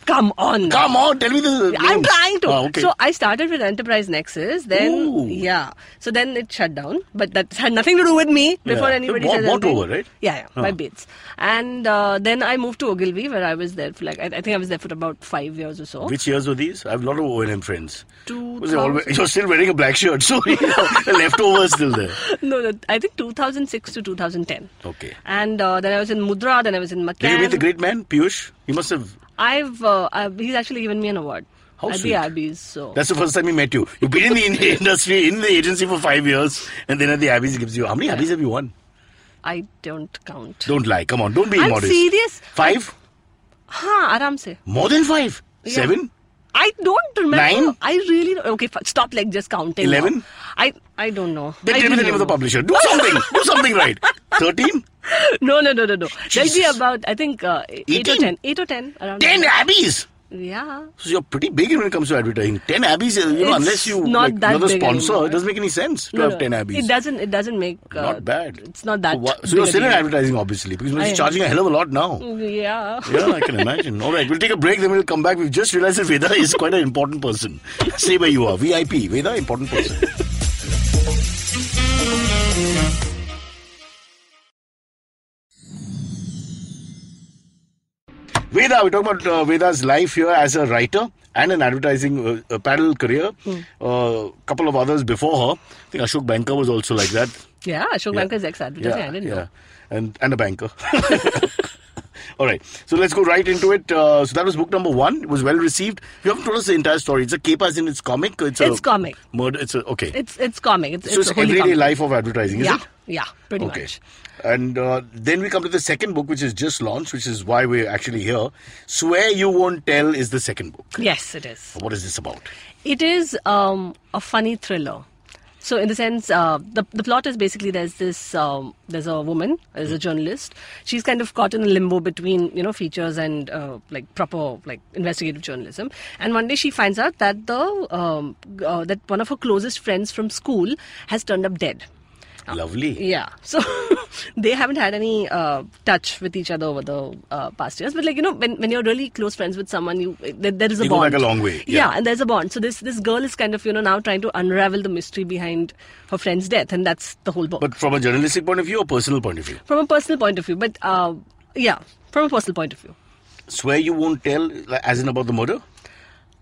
Speaker 4: come on, now.
Speaker 2: Come on, tell me the.
Speaker 4: I'm
Speaker 2: names.
Speaker 4: trying to.
Speaker 2: Ah, okay.
Speaker 4: So I started with Enterprise Nexus. Then
Speaker 2: Ooh.
Speaker 4: yeah. So then it shut down, but that had nothing to do with me. Before
Speaker 2: Yeah.
Speaker 4: anybody
Speaker 2: Bo-
Speaker 4: says
Speaker 2: bought
Speaker 4: anything.
Speaker 2: over, right?
Speaker 4: Yeah, yeah.
Speaker 2: Ah.
Speaker 4: By Bates. And uh, then I moved to Ogilvy, where I was there for like I, I think I was there for about five years or so.
Speaker 2: Which years were these? I have a lot of O&M friends. Was it
Speaker 4: 2000
Speaker 2: always- You're still wearing a black shirt, so you know, the leftover is still there.
Speaker 4: no, no, I think 2006 to 2010.
Speaker 2: Okay.
Speaker 4: And uh, then I was in Mudra. Then I was in Macan.
Speaker 2: Did you meet the great man, Piyush? You must have.
Speaker 4: I've, uh, I've he's actually given me an award.
Speaker 2: How
Speaker 4: at
Speaker 2: sweet.
Speaker 4: the Abbeys. So
Speaker 2: That's the first time he met you. You've been in the in- industry, in the agency for five years, and then at the Abbeys he gives you. How many Abbeys have you won?
Speaker 4: I don't count.
Speaker 2: Don't lie. Come on. Don't be
Speaker 4: I'm
Speaker 2: immodest.
Speaker 4: serious.
Speaker 2: Five?
Speaker 4: Huh, aram se.
Speaker 2: More than five?
Speaker 4: Yeah.
Speaker 2: Seven?
Speaker 4: I don't remember.
Speaker 2: Nine?
Speaker 4: I really don't- okay. f- Stop like just counting. now.
Speaker 2: Eleven?
Speaker 4: I I don't know.
Speaker 2: Then
Speaker 4: I
Speaker 2: tell me the
Speaker 4: really
Speaker 2: name of the
Speaker 4: don't know.
Speaker 2: publisher. Do something. Do something right. Thirteen?
Speaker 4: No no no no no. There'll be
Speaker 2: Jesus.
Speaker 4: about I think uh, eight or
Speaker 2: Eighteen?
Speaker 4: ten. Eight or ten around.
Speaker 2: Ten
Speaker 4: there.
Speaker 2: Abbeys!
Speaker 4: Yeah.
Speaker 2: So you're pretty big when it comes to advertising. Ten Abbeys, you know,
Speaker 4: It's
Speaker 2: unless you,
Speaker 4: not
Speaker 2: like,
Speaker 4: that
Speaker 2: you're the
Speaker 4: big
Speaker 2: sponsor,
Speaker 4: anymore.
Speaker 2: it doesn't make any sense to
Speaker 4: No,
Speaker 2: have
Speaker 4: no.
Speaker 2: ten Abbeys.
Speaker 4: It doesn't. It doesn't make. Uh,
Speaker 2: not bad.
Speaker 4: It's not that.
Speaker 2: So, wha-
Speaker 4: big
Speaker 2: so you're
Speaker 4: a
Speaker 2: still in
Speaker 4: deal.
Speaker 2: advertising, obviously, because
Speaker 4: I
Speaker 2: you're
Speaker 4: am.
Speaker 2: charging a hell of a lot now.
Speaker 4: Yeah.
Speaker 2: Yeah, I can imagine. All right, we'll take a break, then we'll come back. We've just realized that Veda is quite an important person. Stay where you are. VIP. Veda, important person. Veda, we're talking about uh, Veda's life here as a writer and an advertising uh, uh, parallel career.
Speaker 4: Hmm.
Speaker 2: A couple of others before her. I think Ashok Banker was also like that.
Speaker 4: Yeah. Ashok
Speaker 2: Yeah.
Speaker 4: Banker's ex advertising. I didn't know.
Speaker 2: And, and a banker. All right, so let's go right into it. Uh, so that was book number one. It was well received. You haven't told us the entire story. It's a cape as in it's comic. It's, a
Speaker 4: It's comic.
Speaker 2: Murder. It's a okay.
Speaker 4: It's it's comic. It's,
Speaker 2: so it's,
Speaker 4: a holy
Speaker 2: everyday
Speaker 4: comic.
Speaker 2: life of advertising, is
Speaker 4: Yeah.
Speaker 2: it?
Speaker 4: Yeah. Pretty
Speaker 2: okay.
Speaker 4: much.
Speaker 2: And uh, then we come to the second book, which is just launched, which is why we're actually here. Swear you won't tell is the second book.
Speaker 4: Yes, it is.
Speaker 2: What is this about?
Speaker 4: It is um, a funny thriller. So, in the sense, uh, the the plot is basically there's this um, there's a woman, there's a journalist. She's kind of caught in a limbo between you know features and uh, like proper like investigative journalism. And one day she finds out that the um, g- uh, that one of her closest friends from school has turned up dead. Oh.
Speaker 2: Lovely.
Speaker 4: Yeah. So they haven't had any uh, touch with each other over the uh, past years. But like you know, when, when you're really close friends with someone, you eh, there, there is a
Speaker 2: You go
Speaker 4: bond.
Speaker 2: back a long way,
Speaker 4: Yeah.
Speaker 2: yeah.
Speaker 4: and there's a bond. So this this girl is kind of you know now trying to unravel the mystery behind her friend's death, and that's the whole book.
Speaker 2: But from a journalistic point of view or personal point of view,
Speaker 4: from a personal point of view, but uh, yeah, from a personal point of view.
Speaker 2: swear you won't tell, like, as in about the murder.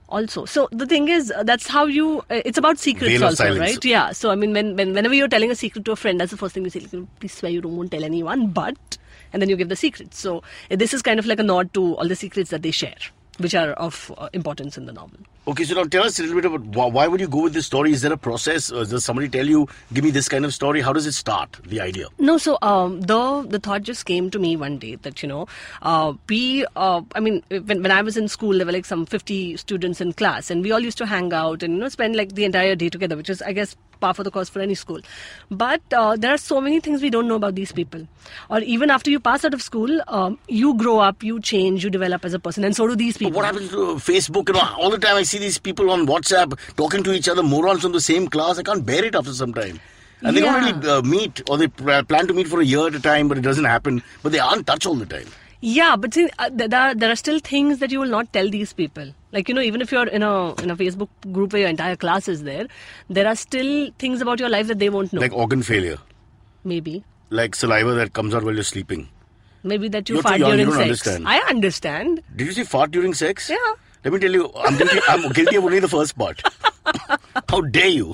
Speaker 4: also so the thing is uh, that's how you uh, it's about secrets
Speaker 2: Veil of
Speaker 4: also
Speaker 2: silence.
Speaker 4: right yeah so i mean when, when whenever you're telling a secret to a friend that's the first thing you say like, please swear you don't won't tell anyone but and then you give the secret so uh, this is kind of like a nod to all the secrets that they share which are of uh, importance in the novel.
Speaker 2: Okay, so now tell us a little bit about why, why would you go with this story? Is there a process? Or does somebody tell you, give me this kind of story? How does it start, the idea?
Speaker 4: No, so um, the the thought just came to me one day that you know uh, we uh, I mean when, when I was in school there were like some fifty students in class and we all used to hang out and you know spend like the entire day together, which is I guess par for the course for any school. But uh, there are so many things we don't know about these people, or even after you pass out of school, um, you grow up, you change, you develop as a person, and so do these people.
Speaker 2: What happens to Facebook? You know, all the time I see these people on WhatsApp talking to each other, morons from the same class. I can't bear it after some time. And they
Speaker 4: Yeah.
Speaker 2: don't really uh, meet, or they pl- plan to meet for a year at a time, but it doesn't happen. But they aren't touch all the time.
Speaker 4: Yeah, but see, uh, th- there are, there are still things that you will not tell these people. Like you know, even if you're in a in a Facebook group where your entire class is there, there are still things about your life that they won't know.
Speaker 2: Like organ failure,
Speaker 4: maybe,
Speaker 2: like saliva that comes out while you're sleeping.
Speaker 4: maybe that you
Speaker 2: You're too
Speaker 4: fart
Speaker 2: young, you
Speaker 4: during
Speaker 2: don't
Speaker 4: sex.
Speaker 2: understand.
Speaker 4: I understand.
Speaker 2: Did you say fart during sex?
Speaker 4: Yeah.
Speaker 2: Let me tell you, I'm guilty, I'm guilty of only the first part. How dare you?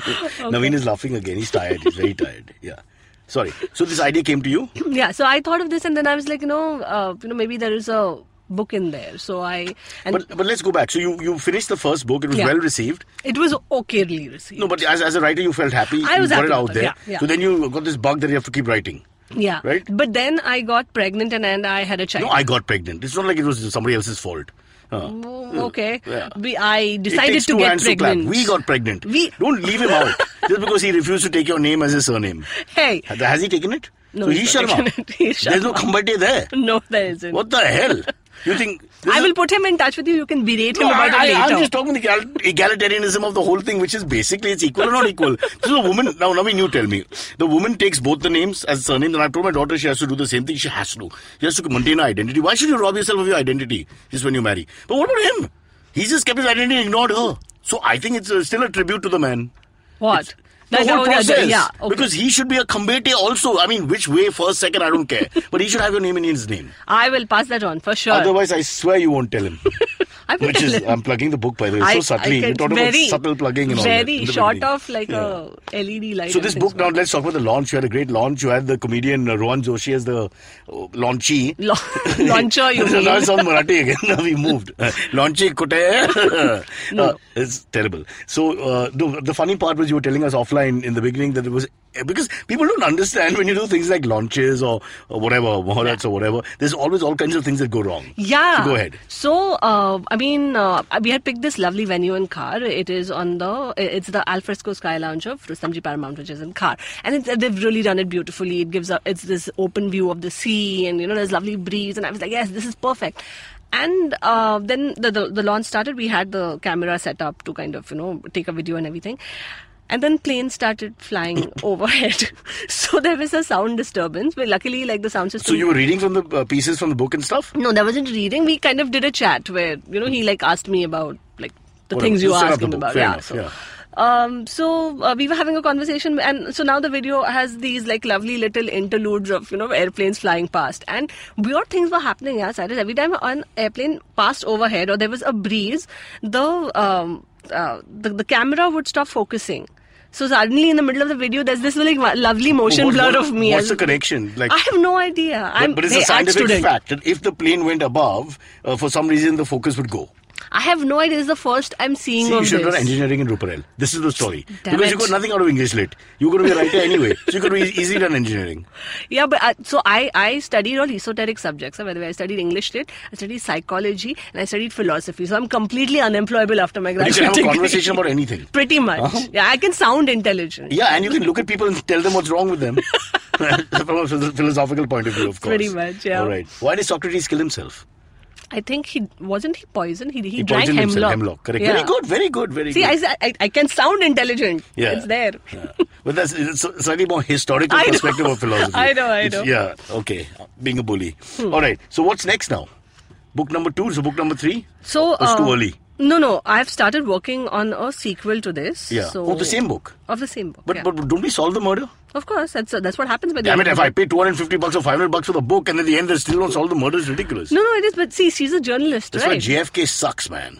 Speaker 2: Naveen is laughing again. He's tired. He's very tired. Yeah. Sorry. So this idea came to you.
Speaker 4: yeah, so I thought of this, and then I was like, you know, uh, you know, maybe there is a book in there. So I and
Speaker 2: But but let's go back. So you, you finished the first book. It was
Speaker 4: Yeah.
Speaker 2: well received.
Speaker 4: it was okayly received.
Speaker 2: No, but as, as a writer, you felt happy.
Speaker 4: I was
Speaker 2: you got
Speaker 4: happy
Speaker 2: it
Speaker 4: about
Speaker 2: out
Speaker 4: it,
Speaker 2: there.
Speaker 4: yeah, yeah.
Speaker 2: So then you got this bug that you have to keep writing.
Speaker 4: yeah,
Speaker 2: Right?
Speaker 4: But then I got pregnant, and, and I had a child.
Speaker 2: No, I got pregnant. It's not like it was somebody else's fault. Huh.
Speaker 4: Mm, okay,
Speaker 2: Yeah.
Speaker 4: we, I decided
Speaker 2: it takes
Speaker 4: to
Speaker 2: two
Speaker 4: get
Speaker 2: hands to
Speaker 4: pregnant.
Speaker 2: clap. We got pregnant.
Speaker 4: We-
Speaker 2: don't leave him out just because he refused to take your name as his surname.
Speaker 4: Hey,
Speaker 2: Has, has he taken it?
Speaker 4: No,
Speaker 2: So
Speaker 4: he's
Speaker 2: he's
Speaker 4: not
Speaker 2: Sharma.
Speaker 4: taken it. He's
Speaker 2: There's no
Speaker 4: Sharma.
Speaker 2: Khambate there.
Speaker 4: No, there isn't.
Speaker 2: What the hell? You think? this
Speaker 4: I
Speaker 2: is-
Speaker 4: will put him in touch with you. You can berate
Speaker 2: No,
Speaker 4: him
Speaker 2: I,
Speaker 4: about
Speaker 2: I,
Speaker 4: it
Speaker 2: I'm
Speaker 4: later.
Speaker 2: just talking the egal- egalitarianism of the whole thing, which is basically it's equal or not equal. So the woman now, Naveen, you tell me, the woman takes both the names as surnames, and I told my daughter she has to do the same thing. She has to. She has to maintain her identity. Why should you rob yourself of your identity just when you marry? But what about him? He just kept his identity and ignored her. So I think it's uh, still a tribute to the man.
Speaker 4: what?
Speaker 2: The
Speaker 4: That's
Speaker 2: whole
Speaker 4: how- yeah,
Speaker 2: process.
Speaker 4: Yeah. okay.
Speaker 2: Because he should be a Khambete also. I mean, which way, first, second, I don't care. but he should have your name in his name.
Speaker 4: I will pass that on for sure.
Speaker 2: Otherwise, I swear you won't tell him.
Speaker 4: I will
Speaker 2: Which
Speaker 4: tell
Speaker 2: is,
Speaker 4: him.
Speaker 2: I'm plugging the book by the way,
Speaker 4: I-
Speaker 2: so
Speaker 4: I
Speaker 2: subtly.
Speaker 4: can-
Speaker 2: You're talking
Speaker 4: very,
Speaker 2: about subtle plugging and all that
Speaker 4: Very
Speaker 2: in the
Speaker 4: short
Speaker 2: beginning.
Speaker 4: of like a LED light.
Speaker 2: So
Speaker 4: and
Speaker 2: this
Speaker 4: things
Speaker 2: book now.
Speaker 4: like
Speaker 2: Let's talk about the launch. You had a great launch. You had the comedian uh, Rohan Joshi as the uh, launchee.
Speaker 4: Lau- launcher, you
Speaker 2: So now
Speaker 4: mean.
Speaker 2: it's on Marathi again. now we moved. Uh, launchy kute.
Speaker 4: No.
Speaker 2: Uh, it's terrible. So uh, the, the funny part was you were telling us offline in the beginning that it was eh, because people don't understand when you do things like launches or, or whatever, Maharats or whatever. There's always all kinds of things that go wrong.
Speaker 4: Yeah.
Speaker 2: So go ahead.
Speaker 4: So, uh, I mean, uh, we had picked this lovely venue in Khar. It is on the, it's the Alfresco Sky Lounge of Rustamji Paramount, which is in Khar. And it's, they've really done it beautifully. It gives up, it's this open view of the sea and, you know, there's lovely breeze. And I was like, yes, this is perfect. And uh, then the, the, the launch started. We had the camera set up to kind of, you know, take a video and everything. And then planes started flying overhead. so there was a sound disturbance. But luckily, like the sound system.
Speaker 2: So you were reading from the uh, pieces from the book and stuff.
Speaker 4: No, that wasn't reading. We kind of did a chat where you know he like asked me about like the
Speaker 2: Whatever.
Speaker 4: things you
Speaker 2: You set up
Speaker 4: asked
Speaker 2: the
Speaker 4: him
Speaker 2: book.
Speaker 4: about.
Speaker 2: Fair
Speaker 4: yeah.
Speaker 2: enough,
Speaker 4: So,
Speaker 2: yeah.
Speaker 4: Um, so uh, we were having a conversation, and so now the video has these like lovely little interludes of you know airplanes flying past, and weird things were happening. Yeah, Cyrus. Every time an airplane passed overhead or there was a breeze, the um, uh, the, the camera would stop focusing. So suddenly, in the middle of the video, there's this like lovely motion
Speaker 2: What-
Speaker 4: blur
Speaker 2: what-
Speaker 4: of me.
Speaker 2: What's
Speaker 4: as-
Speaker 2: the connection? Like,
Speaker 4: I have no idea. I'm
Speaker 2: but, but it's
Speaker 4: hey,
Speaker 2: a
Speaker 4: art
Speaker 2: scientific
Speaker 4: student.
Speaker 2: fact that if the plane went above, uh, for some reason the focus would go.
Speaker 4: I have no idea. This is the first I'm seeing
Speaker 2: See,
Speaker 4: of
Speaker 2: you should
Speaker 4: this.
Speaker 2: learn engineering in Ruparel. This is the story.
Speaker 4: Damn
Speaker 2: because you
Speaker 4: it.
Speaker 2: got nothing out of English lit. You're going to be a writer anyway. So you could have easily done engineering.
Speaker 4: Yeah, but I, so I I studied all esoteric subjects. So by the way, I studied English lit, I studied psychology, and I studied philosophy. So I'm completely unemployable after my
Speaker 2: You
Speaker 4: graduate
Speaker 2: can have a
Speaker 4: degree.
Speaker 2: conversation about anything.
Speaker 4: Pretty much. Yeah, I can sound intelligent.
Speaker 2: Yeah, and you can look at people and tell them what's wrong with them. From a phil- philosophical point of view, of course.
Speaker 4: Pretty much, yeah.
Speaker 2: All right. Why did Socrates kill himself?
Speaker 4: I think he wasn't he poisoned. He he,
Speaker 2: He
Speaker 4: drank
Speaker 2: poisoned himself.
Speaker 4: hemlock.
Speaker 2: Hemlock. Correct.
Speaker 4: Yeah.
Speaker 2: Very good. Very good. Very
Speaker 4: See,
Speaker 2: good.
Speaker 4: I, s- I- I can sound intelligent.
Speaker 2: Yeah.
Speaker 4: It's there.
Speaker 2: Yeah. But that's it's a slightly more historical
Speaker 4: I know.
Speaker 2: perspective of philosophy.
Speaker 4: I know, I
Speaker 2: It's-
Speaker 4: know. Hmm.
Speaker 2: Yeah, okay. Being a bully. All right. So what's next now? Book number two. So book number three. Oh,
Speaker 4: So
Speaker 2: It's too
Speaker 4: uh,
Speaker 2: early.
Speaker 4: No, no. I've started working on a sequel to this.
Speaker 2: Yeah.
Speaker 4: So
Speaker 2: oh, the same book.
Speaker 4: Of the same book.
Speaker 2: But,
Speaker 4: yeah.
Speaker 2: but don't we solve the murder?
Speaker 4: of course, that's that's what happens. By the
Speaker 2: Damn it!
Speaker 4: end of
Speaker 2: If
Speaker 4: the
Speaker 2: I pay 250 bucks or 500 bucks for the book, and at the end they still don't solve the murder, it's ridiculous.
Speaker 4: No, no, it is. But see, she's a journalist,
Speaker 2: That's
Speaker 4: right?
Speaker 2: why JFK sucks, man.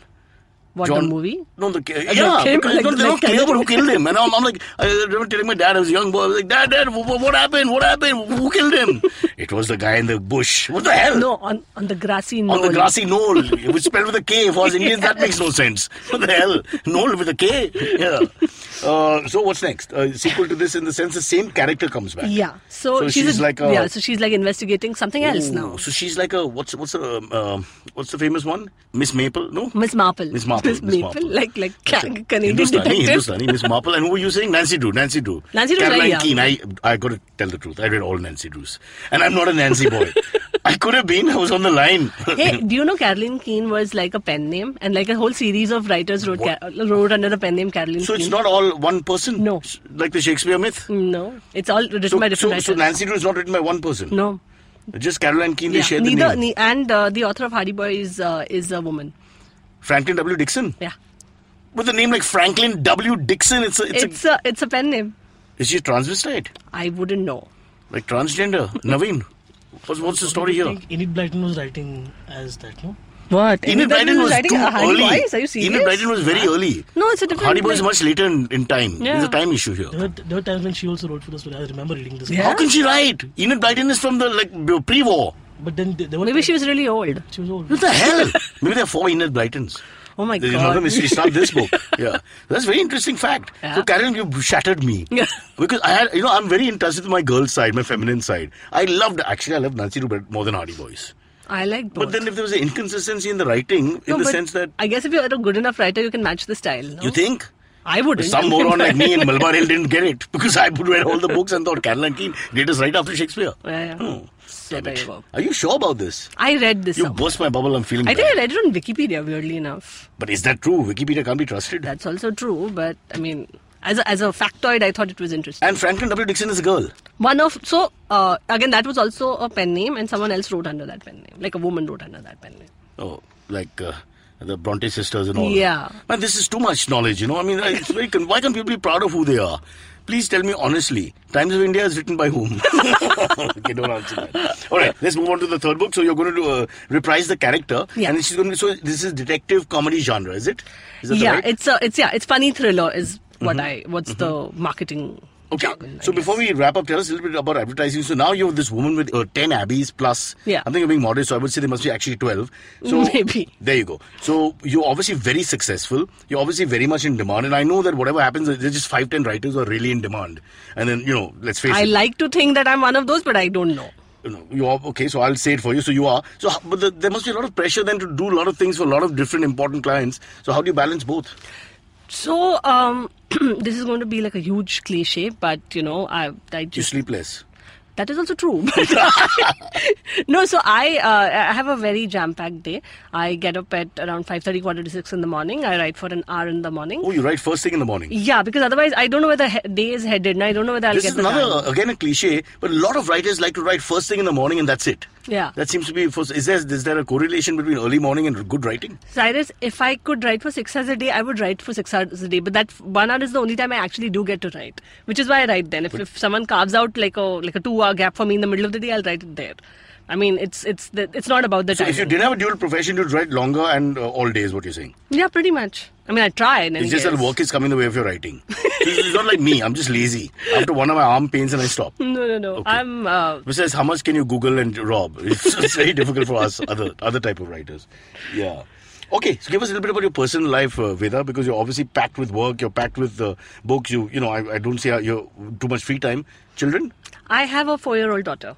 Speaker 4: What
Speaker 2: John-
Speaker 4: the movie?
Speaker 2: No, the ki-
Speaker 4: Like
Speaker 2: yeah,
Speaker 4: him?
Speaker 2: because
Speaker 4: Like-
Speaker 2: no, they
Speaker 4: like
Speaker 2: were clear
Speaker 4: him?
Speaker 2: about who killed him, and I'm, I'm like, I remember telling my dad I was a young boy, I was like, Dad, Dad, wh- wh- what happened? What happened? Who killed him? it was the guy in the bush. What the hell?
Speaker 4: No, on, on the grassy knoll.
Speaker 2: On the grassy knoll, it was spelled with a K. For us Indians, that makes no sense. What the hell? Knoll with a K? Yeah. Uh, so what's next? Uh, sequel to this, in the sense the same character comes back.
Speaker 4: Yeah. So,
Speaker 2: So she's
Speaker 4: a-
Speaker 2: like a-
Speaker 4: yeah. So she's like investigating something else
Speaker 2: Ooh,
Speaker 4: now.
Speaker 2: So she's like a what's what's the um, um, what's the famous one? Miss Maple? No,
Speaker 4: Miss Marple.
Speaker 2: Miss Marple.
Speaker 4: Miss Maple, like like
Speaker 2: That's
Speaker 4: Can-
Speaker 2: it.
Speaker 4: Canadian
Speaker 2: Hindustani,
Speaker 4: detective.
Speaker 2: Hindustani, Miss Marple. And who were you saying? Nancy Drew. Nancy Drew.
Speaker 4: Nancy Drew,
Speaker 2: Caroline
Speaker 4: right,
Speaker 2: Keane. I I got to tell the truth. I read all Nancy Drews, and I'm not a Nancy boy. I could have been. I was on the line.
Speaker 4: Hey, do you know Caroline Keane was like a pen name, and like a whole series of writers wrote
Speaker 2: What?
Speaker 4: Ca- wrote under the pen name Caroline
Speaker 2: so
Speaker 4: Keane.
Speaker 2: it's not all one person.
Speaker 4: No.
Speaker 2: S- Like the Shakespeare myth.
Speaker 4: No, it's all written
Speaker 2: So,
Speaker 4: by different
Speaker 2: so,
Speaker 4: writers.
Speaker 2: so Nancy Drew is not written by one person.
Speaker 4: no,
Speaker 2: Just Caroline Keane. They share the
Speaker 4: neither
Speaker 2: name.
Speaker 4: ne- and uh, the author of Hardy Boy is uh, is a woman.
Speaker 2: Franklin W. Dixon.
Speaker 4: Yeah,
Speaker 2: With a name like Franklin W. Dixon, it's a, it's,
Speaker 4: it's,
Speaker 2: a,
Speaker 4: a, it's a pen name.
Speaker 2: is she transvestite?
Speaker 4: I wouldn't know.
Speaker 2: Like transgender, Naveen. What's, what's the story here?
Speaker 5: I think Enid Blyton was writing as that, no?
Speaker 4: What?
Speaker 2: Enid Blyton was too early.
Speaker 4: Are you serious?
Speaker 2: Enid Blyton was very early.
Speaker 4: No, it's a different-
Speaker 2: Hardy Boy is much later in, in time. There's
Speaker 4: Yeah.
Speaker 2: a time issue here.
Speaker 5: There were, there were times when she also wrote for this, but I remember reading this.
Speaker 4: Yeah.
Speaker 2: How can she write? Enid Blyton is from the like pre-war.
Speaker 5: But then there there were
Speaker 4: Maybe she was really old.
Speaker 5: she was old.
Speaker 2: What the hell? Maybe there are four Enid Blytons.
Speaker 4: Oh my
Speaker 2: There's
Speaker 4: god.
Speaker 2: another mystery. It's not this book. Yeah, that's a very interesting fact.
Speaker 4: Yeah.
Speaker 2: So, Karen, you shattered me
Speaker 4: Yeah.
Speaker 2: because I had, you know, I'm very in touch with my girl side, my feminine side. I loved actually, I loved Nancy Drew better- more than Hardy Boys.
Speaker 4: I like both.
Speaker 2: But then, if there was an inconsistency in the writing, in
Speaker 4: No,
Speaker 2: the
Speaker 4: but
Speaker 2: sense that
Speaker 4: I guess if you're a good enough writer, you can match the style. no?
Speaker 2: you think
Speaker 4: I wouldn't.
Speaker 2: some moron like me in Malabar Hill didn't get it because I would read all the books and thought Caroline Keane did this right after Shakespeare.
Speaker 4: Yeah, yeah.
Speaker 2: Oh,
Speaker 4: So
Speaker 2: damn
Speaker 4: there
Speaker 2: it.
Speaker 4: you go.
Speaker 2: Are you sure about this?
Speaker 4: I read this.
Speaker 2: You
Speaker 4: somewhere.
Speaker 2: burst my bubble. I'm feeling.
Speaker 4: I think
Speaker 2: bad.
Speaker 4: I read it on Wikipedia. Weirdly enough,
Speaker 2: But is that true? Wikipedia can't be trusted.
Speaker 4: that's also true. But I mean, as a, as a factoid, I thought it was interesting.
Speaker 2: And Franklin W. Dixon is a girl.
Speaker 4: One of so uh, again, that was also a pen name, and someone else wrote under that pen name, like a woman wrote under that pen name.
Speaker 2: Oh, like uh, the Bronte sisters and all.
Speaker 4: Yeah.
Speaker 2: Man, this is too much knowledge, you know. I mean, I- it's very con- why can't people be proud of who they are? Please tell me honestly. Times of India is written by whom? okay, don't answer that. All right, let's move on to the third book. So you're going to uh, reprise the character,
Speaker 4: Yeah.
Speaker 2: and she's going to. So this is detective comedy genre, is it? Is that the
Speaker 4: Yeah,
Speaker 2: right? Mm-hmm.
Speaker 4: it's a, it's yeah, it's funny thriller is what I what's the marketing.
Speaker 2: Okay,
Speaker 4: jargon, I
Speaker 2: so before
Speaker 4: guess.
Speaker 2: we wrap up, tell us a little bit about advertising. So now you have this woman with uh, 10 abbeys plus.
Speaker 4: Yeah.
Speaker 2: I think you're being modest, so I would say there must be actually 12. So
Speaker 4: Maybe.
Speaker 2: There you go. So you're obviously very successful. You're obviously very much in demand. And I know that whatever happens, there's just 5, 10 writers who are really in demand. And then, you know, let's face
Speaker 4: I
Speaker 2: it.
Speaker 4: like to think that I'm one of those, but I don't know.
Speaker 2: you know, you are okay. So I'll say it for you. So you are. So, h- but the, there must be a lot of pressure then to do a lot of things for a lot of different important clients. So how do you balance both?
Speaker 4: So um, this is going to be like a huge cliche, but you know, I I
Speaker 2: You
Speaker 4: just
Speaker 2: sleep less.
Speaker 4: That is also true. But I- no, so I uh, I have a very jam-packed day. I get up at around 5.30, quarter to 6 in the morning. I write for an hour in the morning.
Speaker 2: Oh, you write first thing in the morning.
Speaker 4: Yeah, because otherwise I don't know where the he- day is headed and I don't know whether I'll
Speaker 2: this
Speaker 4: get
Speaker 2: is
Speaker 4: the
Speaker 2: another
Speaker 4: time.
Speaker 2: again a cliche, but a lot of writers like to write first thing in the morning and that's it.
Speaker 4: Yeah.
Speaker 2: That seems to be. first- Is there is there a correlation between early morning and good writing?
Speaker 4: Cyrus, if I could write for six hours a day, I would write for six hours a day. But that f- one hour is the only time I actually do get to write, which is why I write then. If, if someone carves out like a like a two-hour gap for me in the middle of the day, I'll write it there. I mean, it's it's the, it's not about the
Speaker 2: So
Speaker 4: time.
Speaker 2: if you didn't have a dual profession, you'd write longer and uh, all day is what you're saying.
Speaker 4: Yeah, pretty much. I mean, I try. In any
Speaker 2: It's just that
Speaker 4: case.
Speaker 2: work is coming the way of your writing. it's it's not like me. I'm just lazy. After one of my arm pains and I stop.
Speaker 4: No, no, no. I'm. Uh,
Speaker 2: Besides, how much can you Google and rob? It's, it's very difficult for us other other type of writers. Yeah. Okay, so give us a little bit about your personal life, uh, Veda, because you're obviously packed with work. You're packed with uh, books. You you know I, I don't see how you're too much free time. Children,
Speaker 4: I have a four-year-old daughter,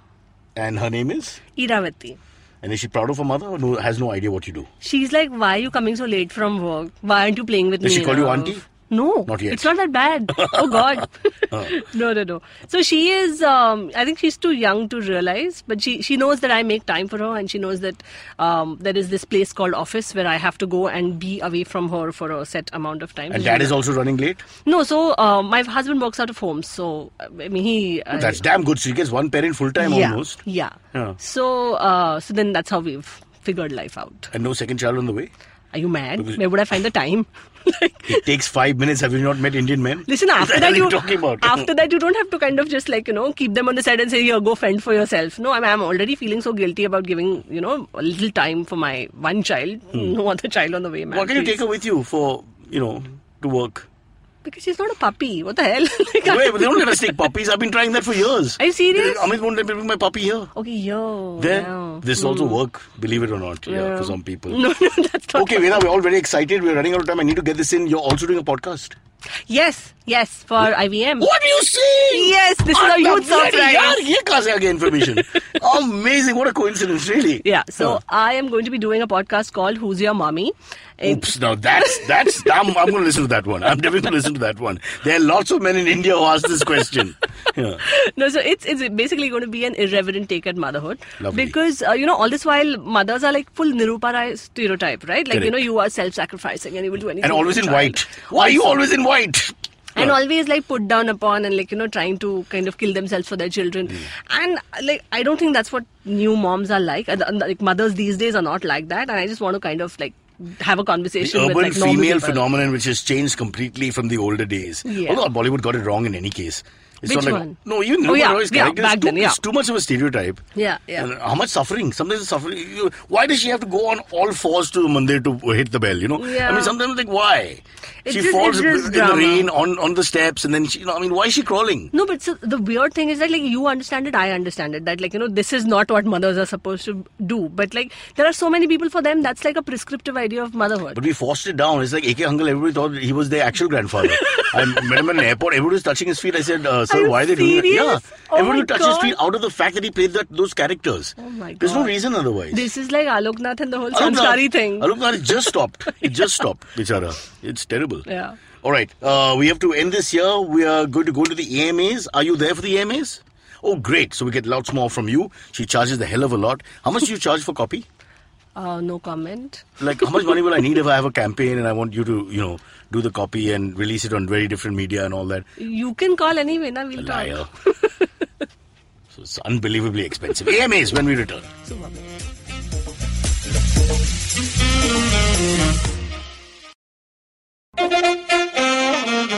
Speaker 2: and her name is.
Speaker 4: Iravati.
Speaker 2: And is she proud of her mother or no, has no idea what you do?
Speaker 4: She's like, "Why are you coming so late from work? Why aren't you playing with
Speaker 2: Does
Speaker 4: me?"
Speaker 2: she call you
Speaker 4: now?"
Speaker 2: auntie?
Speaker 4: No,
Speaker 2: Not yet.
Speaker 4: It's not that bad. Oh God, no, no, no. So she is. Um, I think she's too young to realize, but she she knows that I make time for her, and she knows that um, there is this place called office where I have to go and be away from her for a set amount of time.
Speaker 2: And
Speaker 4: So she
Speaker 2: dad is
Speaker 4: knows-
Speaker 2: also running late?
Speaker 4: no. So uh, my husband works out of home, so I mean he. uh,
Speaker 2: That's damn good. So she gets one parent full time
Speaker 4: yeah,
Speaker 2: almost.
Speaker 4: Yeah.
Speaker 2: Yeah.
Speaker 4: So uh, so then that's how we've figured life out.
Speaker 2: And no second child on the way?
Speaker 4: Are you mad? Where would I find the time? like,
Speaker 2: It takes five minutes. Have you not met Indian men?
Speaker 4: Listen,
Speaker 2: What
Speaker 4: after
Speaker 2: the
Speaker 4: that
Speaker 2: hell are
Speaker 4: you
Speaker 2: talking about?
Speaker 4: after that you don't have to kind of just like you know keep them on the side and say here go fend for yourself. No, I'm I'm already feeling so guilty about giving you know a little time for my one child, no other child on the way, man.
Speaker 2: what can Hmm. you
Speaker 4: please.
Speaker 2: take her with you for you know to work?
Speaker 4: Because she's not a puppy. What the hell? like,
Speaker 2: Wait, but they don't let us take puppies. I've been trying that for years.
Speaker 4: Are you serious?
Speaker 2: Amit won't let me bring my puppy here.
Speaker 4: okay, yo.
Speaker 2: There,
Speaker 4: yeah.
Speaker 2: this also work. Believe it or not, yeah, for some people.
Speaker 4: No, no, that's not.
Speaker 2: Okay, Veda, we're all very excited. We're running out of time. I need to get this in. You're also doing a podcast.
Speaker 4: Yes, yes, for IVM.
Speaker 2: What are you saying?
Speaker 4: Yes, this is
Speaker 2: What
Speaker 4: our
Speaker 2: the
Speaker 4: youth
Speaker 2: bloody
Speaker 4: surprise.
Speaker 2: hell? Here comes again information. Amazing. What a coincidence, really.
Speaker 4: Yeah, so
Speaker 2: Huh.
Speaker 4: I am going to be doing a podcast called Who's Your Mommy? It-
Speaker 2: Oops, now that's that's I'm, I'm going to listen to that one. I'm definitely going to listen to that one. There are lots of men in India who ask this question. Yeah.
Speaker 4: no, so it's it's basically going to be an irreverent take at motherhood.
Speaker 2: Lovely.
Speaker 4: Because uh, you know, all this while mothers are like full Nirupara stereotype, right? Like you know,
Speaker 2: Correct.
Speaker 4: you are self-sacrificing and you will do anything.
Speaker 2: And
Speaker 4: for
Speaker 2: always
Speaker 4: the
Speaker 2: in
Speaker 4: child.
Speaker 2: white. Why are you always in white?
Speaker 4: and
Speaker 2: Yeah.
Speaker 4: always like put down upon and like you know trying to kind of kill themselves for their children
Speaker 2: Hmm.
Speaker 4: and like i don't think that's what new moms are like and, and, like mothers these days are not like that and i just want to kind of like have a
Speaker 2: the
Speaker 4: conversation
Speaker 2: urban
Speaker 4: with like normal
Speaker 2: female
Speaker 4: people.
Speaker 2: phenomenon which has changed completely from the older days.
Speaker 4: Yeah.
Speaker 2: Although Bollywood got it wrong in any case. It's not
Speaker 4: Which
Speaker 2: like,
Speaker 4: one?
Speaker 2: No, even
Speaker 4: Oh,
Speaker 2: Nirupara
Speaker 4: yeah,
Speaker 2: Roy's
Speaker 4: yeah,
Speaker 2: character is
Speaker 4: back
Speaker 2: too,
Speaker 4: then, yeah.
Speaker 2: it's too much of a stereotype.
Speaker 4: Yeah, yeah.
Speaker 2: And how much suffering? Sometimes the suffering. you- Why does she have to go on all fours to a mandir to hit the bell? You know.
Speaker 4: Yeah.
Speaker 2: I mean, sometimes like why?
Speaker 4: It's
Speaker 2: she
Speaker 4: just-
Speaker 2: falls
Speaker 4: it's just
Speaker 2: in
Speaker 4: drama.
Speaker 2: the rain on on the steps, and then she. You know, I mean, why is she crawling?
Speaker 4: no but so the weird thing is that like you understand it i understand it that like you know this is not what mothers are supposed to do but like there are so many people for them that's like a prescriptive idea of motherhood
Speaker 2: But we forced it down. It's like AK Uncle, everybody thought he was their actual grandfather. I met him at an airport, everybody was touching his feet. I said, uh, Sir,
Speaker 4: you
Speaker 2: why are they doing that? Yeah.
Speaker 4: serious? Oh
Speaker 2: everybody
Speaker 4: my
Speaker 2: would touch his
Speaker 4: God.
Speaker 2: feet out of the fact that he played that, those characters.
Speaker 4: Oh my
Speaker 2: There's no
Speaker 4: God.
Speaker 2: reason otherwise.
Speaker 4: this is like aloknath and the whole
Speaker 2: Aloknath-
Speaker 4: sanskari thing
Speaker 2: Aloknath, it just stopped. It just stopped, Bichara. It's terrible.
Speaker 4: Yeah.
Speaker 2: All right. Uh, we have to end this year. We are going to go to the EMAs. Are you there for the EMAs? Oh, great. So we get lots more from you. She charges the hell of a lot. How much do you charge for copy?
Speaker 4: uh, no comment
Speaker 2: like how much money will I need if I have a campaign and I want you to, you know, do the copy and release it on very different media and all that?
Speaker 4: you can call anyway na we'll talk
Speaker 2: Liar. so it's unbelievably expensive. AMAs when we return.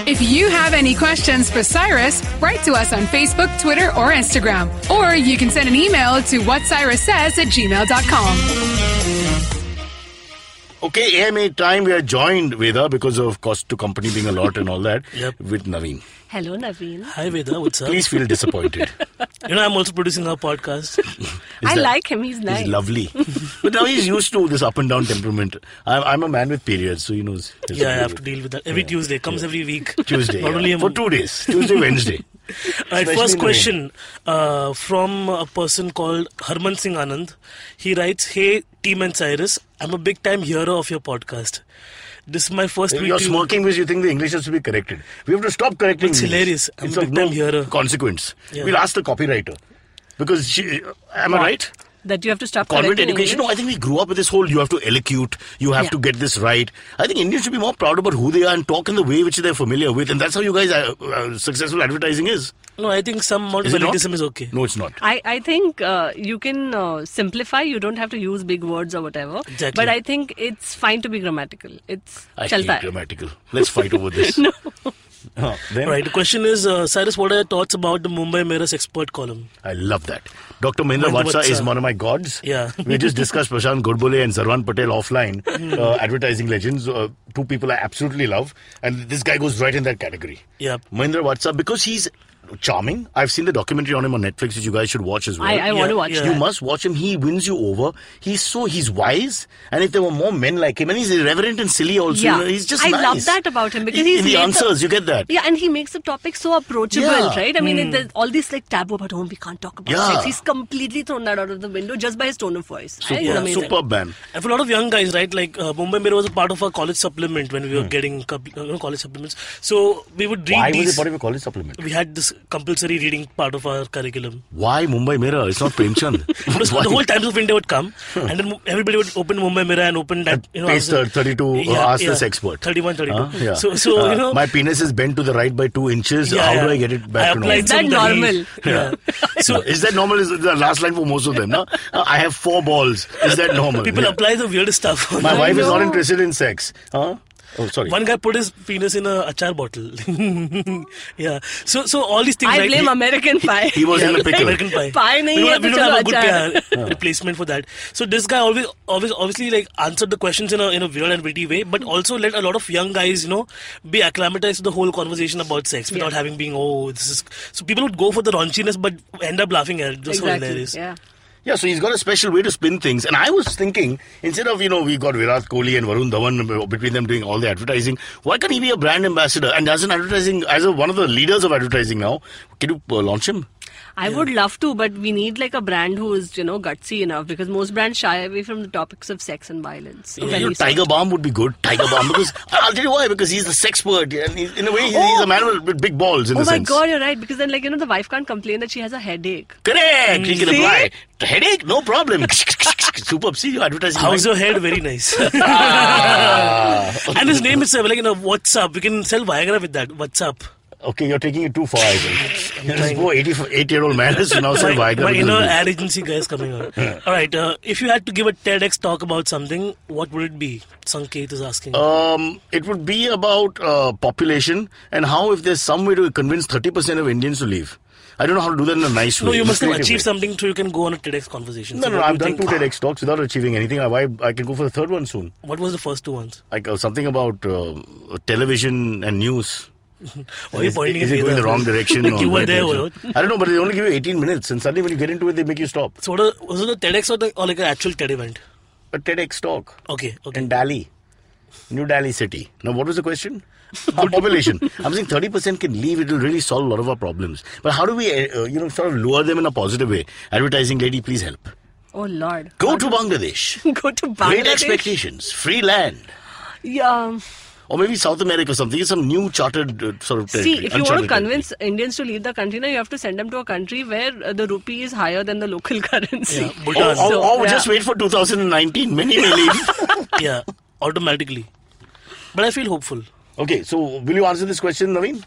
Speaker 3: If you have any questions for Cyrus, write to us on Facebook, Twitter, or Instagram. Or you can send an email to whatcyrussays at gmail.com.
Speaker 2: Okay, AMA time. We are joined Veda because of cost to company being a lot and all that
Speaker 5: Yep.
Speaker 2: with Naveen.
Speaker 4: hello naveen
Speaker 5: Hi Veda, what's up?
Speaker 2: Please feel disappointed.
Speaker 5: You know, I'm also producing a podcast.
Speaker 2: Is
Speaker 4: I
Speaker 2: that-
Speaker 4: like him. He's nice.
Speaker 2: He's lovely, but now he's used to this up and down temperament. I'm, I'm a man with periods, so he knows.
Speaker 5: yeah, I have to deal with that every Tuesday. Comes every week.
Speaker 2: Tuesday
Speaker 5: Not
Speaker 2: yeah.
Speaker 5: only am-
Speaker 2: for two days. Tuesday, Wednesday.
Speaker 5: All right,
Speaker 2: Especially in
Speaker 5: first
Speaker 2: the
Speaker 5: question uh, from a person called Harman Singh Anand. He writes, "Hey team and Cyrus, I'm a big time hearer of your podcast. This is my first
Speaker 2: You're
Speaker 5: week. to-
Speaker 2: smirking because you think the English has to be corrected. We have to stop correcting.
Speaker 5: It's
Speaker 2: English.
Speaker 5: hilarious. I'm
Speaker 2: It's
Speaker 5: a
Speaker 2: of
Speaker 5: big
Speaker 2: no
Speaker 5: time hearer.
Speaker 2: consequence.
Speaker 5: uh, Yeah.
Speaker 2: We'll ask the copywriter because she. Am I right?
Speaker 4: that you have to stop
Speaker 2: Convent
Speaker 4: correcting
Speaker 2: education. No,
Speaker 4: English.
Speaker 2: I think we grew up with this whole. You have to elocute. You have
Speaker 4: Yeah.
Speaker 2: to get this right. I think Indians should be more proud about who they are and talk in the way which they're familiar with, and that's how you guys are, uh, successful advertising is.
Speaker 5: No, I think some amount
Speaker 2: Is
Speaker 5: of
Speaker 2: it not?
Speaker 5: elitism is okay.
Speaker 2: No, it's not.
Speaker 4: I, I think uh, you can uh, simplify. You don't have to use big words or whatever.
Speaker 5: Exactly.
Speaker 4: But I think it's fine to be grammatical. It's
Speaker 2: I
Speaker 4: chalta
Speaker 2: hate
Speaker 4: hai.
Speaker 2: grammatical. Let's fight over this. no. then,
Speaker 5: Right. The question is, uh, Cyrus, what are your thoughts about the Mumbai Mirror's expert column?
Speaker 2: I love that. Dr. Mahindra
Speaker 5: Mahindra
Speaker 2: Vatsa is
Speaker 5: Vatsa.
Speaker 2: one of my gods.
Speaker 5: Yeah.
Speaker 2: we just discussed Prashant Godbole and Sarwan Patel offline,
Speaker 5: Hmm.
Speaker 2: uh, advertising legends, uh, two people I absolutely love. And this guy goes right in that category.
Speaker 5: Yep.
Speaker 2: Mahindra Vatsa, because he's charming. I've seen the documentary on him on Netflix, which you guys should watch as well.
Speaker 4: I, I want
Speaker 5: Yeah,
Speaker 4: to watch
Speaker 5: yeah.
Speaker 2: You
Speaker 4: that.
Speaker 2: must watch him. He wins you over. He's so he's wise, and if there were more men like him, and he's irreverent and silly also.
Speaker 4: Yeah.
Speaker 2: you know, he's just.
Speaker 4: I love
Speaker 2: nice.
Speaker 4: that about him because
Speaker 2: In-
Speaker 4: he's
Speaker 2: in the
Speaker 4: made the-
Speaker 2: answers you get that.
Speaker 4: Yeah, and he makes the topic so approachable,
Speaker 2: Yeah. Hmm.
Speaker 4: right? I mean, it, there's all this like taboo about, oh, we can't talk about
Speaker 2: Yeah.
Speaker 4: sex. He's completely thrown that out of the window just by his tone of voice. I think it's
Speaker 2: Superb-
Speaker 4: amazing.
Speaker 2: superb man.
Speaker 5: And for a lot of young guys, right? Like uh, Mumbai Mirror was a part of our college supplement when we were getting couple- uh, college supplements. So we would read
Speaker 2: Hmm. Why was
Speaker 5: these.
Speaker 2: it part of a college supplement?
Speaker 5: we had this compulsory reading part of our curriculum.
Speaker 2: Why Mumbai Mirror? It's not Premchand.
Speaker 5: Because
Speaker 2: Why?
Speaker 5: the whole Times of India would come, and then everybody would open Mumbai Mirror and open that. You know,
Speaker 2: Page
Speaker 5: answer.
Speaker 2: 32, uh, ask this expert.
Speaker 5: 31, 32.
Speaker 2: Huh? Yeah.
Speaker 5: So, so
Speaker 2: Uh,
Speaker 5: you know,
Speaker 2: my penis is bent to the right by two inches.
Speaker 5: yeah,
Speaker 2: How
Speaker 5: yeah.
Speaker 2: do I get it back
Speaker 5: I
Speaker 2: to normal?
Speaker 5: applied
Speaker 4: Is that
Speaker 5: some
Speaker 4: normal?
Speaker 5: technique. Yeah.
Speaker 2: So
Speaker 5: so
Speaker 2: is that normal? Is the last line for most of them? No? Uh, I have four balls. Is that normal?
Speaker 5: people
Speaker 2: Yeah.
Speaker 5: apply the weirdest stuff.
Speaker 2: My
Speaker 4: I
Speaker 2: wife is not
Speaker 4: know.
Speaker 2: interested in sex. Huh? Oh, sorry.
Speaker 5: One guy put his penis in a achar bottle. yeah. So so all these things.
Speaker 4: I
Speaker 5: right?
Speaker 4: blame American Pie.
Speaker 2: he was in a pickle.
Speaker 5: American Pie.
Speaker 4: Pie nahi
Speaker 5: we don't,
Speaker 4: hai
Speaker 5: have- we
Speaker 4: to
Speaker 5: don't have a
Speaker 4: chalo
Speaker 5: good
Speaker 4: achar.
Speaker 5: pie, uh, replacement for that. So this guy always, always, obviously like answered the questions in a in a weird and witty way, but also let a lot of young guys, you know, be acclimatized to the whole conversation about sex without
Speaker 4: Yeah.
Speaker 5: having being oh this is. So people would go for the raunchiness, but end up laughing at it. Just so
Speaker 4: Exactly.
Speaker 5: hilarious.
Speaker 4: Yeah.
Speaker 2: Yeah, so he's got a special way to spin things. And I was thinking, instead of, you know, we got Virat Kohli and Varun Dhawan between them doing all the advertising, why can't he be a brand ambassador? And as an advertising, as a, one of the leaders of advertising now, can you uh, launch him?
Speaker 4: I would love to, but we need like a brand who is, you know, gutsy enough because most brands shy away from the topics of sex and violence.
Speaker 2: You
Speaker 4: When
Speaker 2: know,
Speaker 4: we
Speaker 2: Tiger Balm would be good. Tiger Balm, because I'll tell you why. Because he's the sexpert, and he's, in a way, he's, he's
Speaker 5: Oh!
Speaker 2: a man with- with big balls. In
Speaker 4: Oh
Speaker 2: a
Speaker 4: my
Speaker 2: sense.
Speaker 4: god, you're right. Because then, like, you know, the wife can't complain that she has a headache.
Speaker 2: Correct. He can
Speaker 4: See?
Speaker 2: apply. Headache, no problem. Superb. See, your advertising. mind.
Speaker 5: How's your head? Very nice.
Speaker 2: Ah.
Speaker 5: and his name is uh, like you know WhatsApp. We can sell Viagra with that WhatsApp.
Speaker 2: Okay, you're taking it too far. I think. This poor 88 year old man is now
Speaker 5: my,
Speaker 2: saying Viagra.
Speaker 5: my
Speaker 2: because
Speaker 5: inner
Speaker 2: of this.
Speaker 5: ad agency guy is coming out. All right, uh, if you had to give a TEDx talk about something, what would it be? Sanket is asking.
Speaker 2: Um, it would be about uh, population and how if there's some way to convince 30% of Indians to leave. I don't know how to do that in a nice way.
Speaker 5: no, you must have
Speaker 2: creative
Speaker 5: achieved
Speaker 2: way.
Speaker 5: something so you can go on a TEDx conversation.
Speaker 2: No,
Speaker 5: So
Speaker 2: no, no,
Speaker 5: what
Speaker 2: I've
Speaker 5: do you
Speaker 2: done two
Speaker 5: think-
Speaker 2: TEDx talks without achieving anything. I, I, I can go for the third one soon.
Speaker 5: What was the first two ones?
Speaker 2: Like uh, something about uh, television and news.
Speaker 5: Why are you
Speaker 2: Is-
Speaker 5: pointing
Speaker 2: is
Speaker 5: at
Speaker 2: it
Speaker 5: me
Speaker 2: going the
Speaker 5: that?
Speaker 2: wrong direction? or
Speaker 5: you were
Speaker 2: right
Speaker 5: there,
Speaker 2: direction?
Speaker 5: Varun.
Speaker 2: I don't know, but they only give you 18 minutes, and suddenly when you get into it, they make you stop.
Speaker 5: So, what a, was it a TEDx or, the, or like an actual TED event?
Speaker 2: A TEDx talk.
Speaker 5: Okay, okay.
Speaker 2: in Delhi, New Delhi city. Now, what was the question? Our population. I'm saying 30% can leave. It will really solve a lot of our problems. But how do we, uh, uh, you know, sort of lure them in a positive way? Advertising lady, please help.
Speaker 4: Oh lord.
Speaker 2: Go to Bangladesh.
Speaker 4: Go to
Speaker 2: Great
Speaker 4: Bangladesh.
Speaker 2: expectations, free land,
Speaker 4: Yeah.
Speaker 2: or maybe South America or something. It's some new chartered uh, sort of territory.
Speaker 4: See, if you want to
Speaker 2: uncharted territory.
Speaker 4: convince Indians to leave the country, now you have to send them to a country where uh, the rupee is higher than the local currency.
Speaker 5: Yeah, Bhutan.
Speaker 2: Or, or, or
Speaker 4: yeah.
Speaker 2: Oh, just wait for 2019. Many may leave.
Speaker 5: yeah, automatically. But I feel hopeful.
Speaker 2: okay, so will you answer this question, Naveen?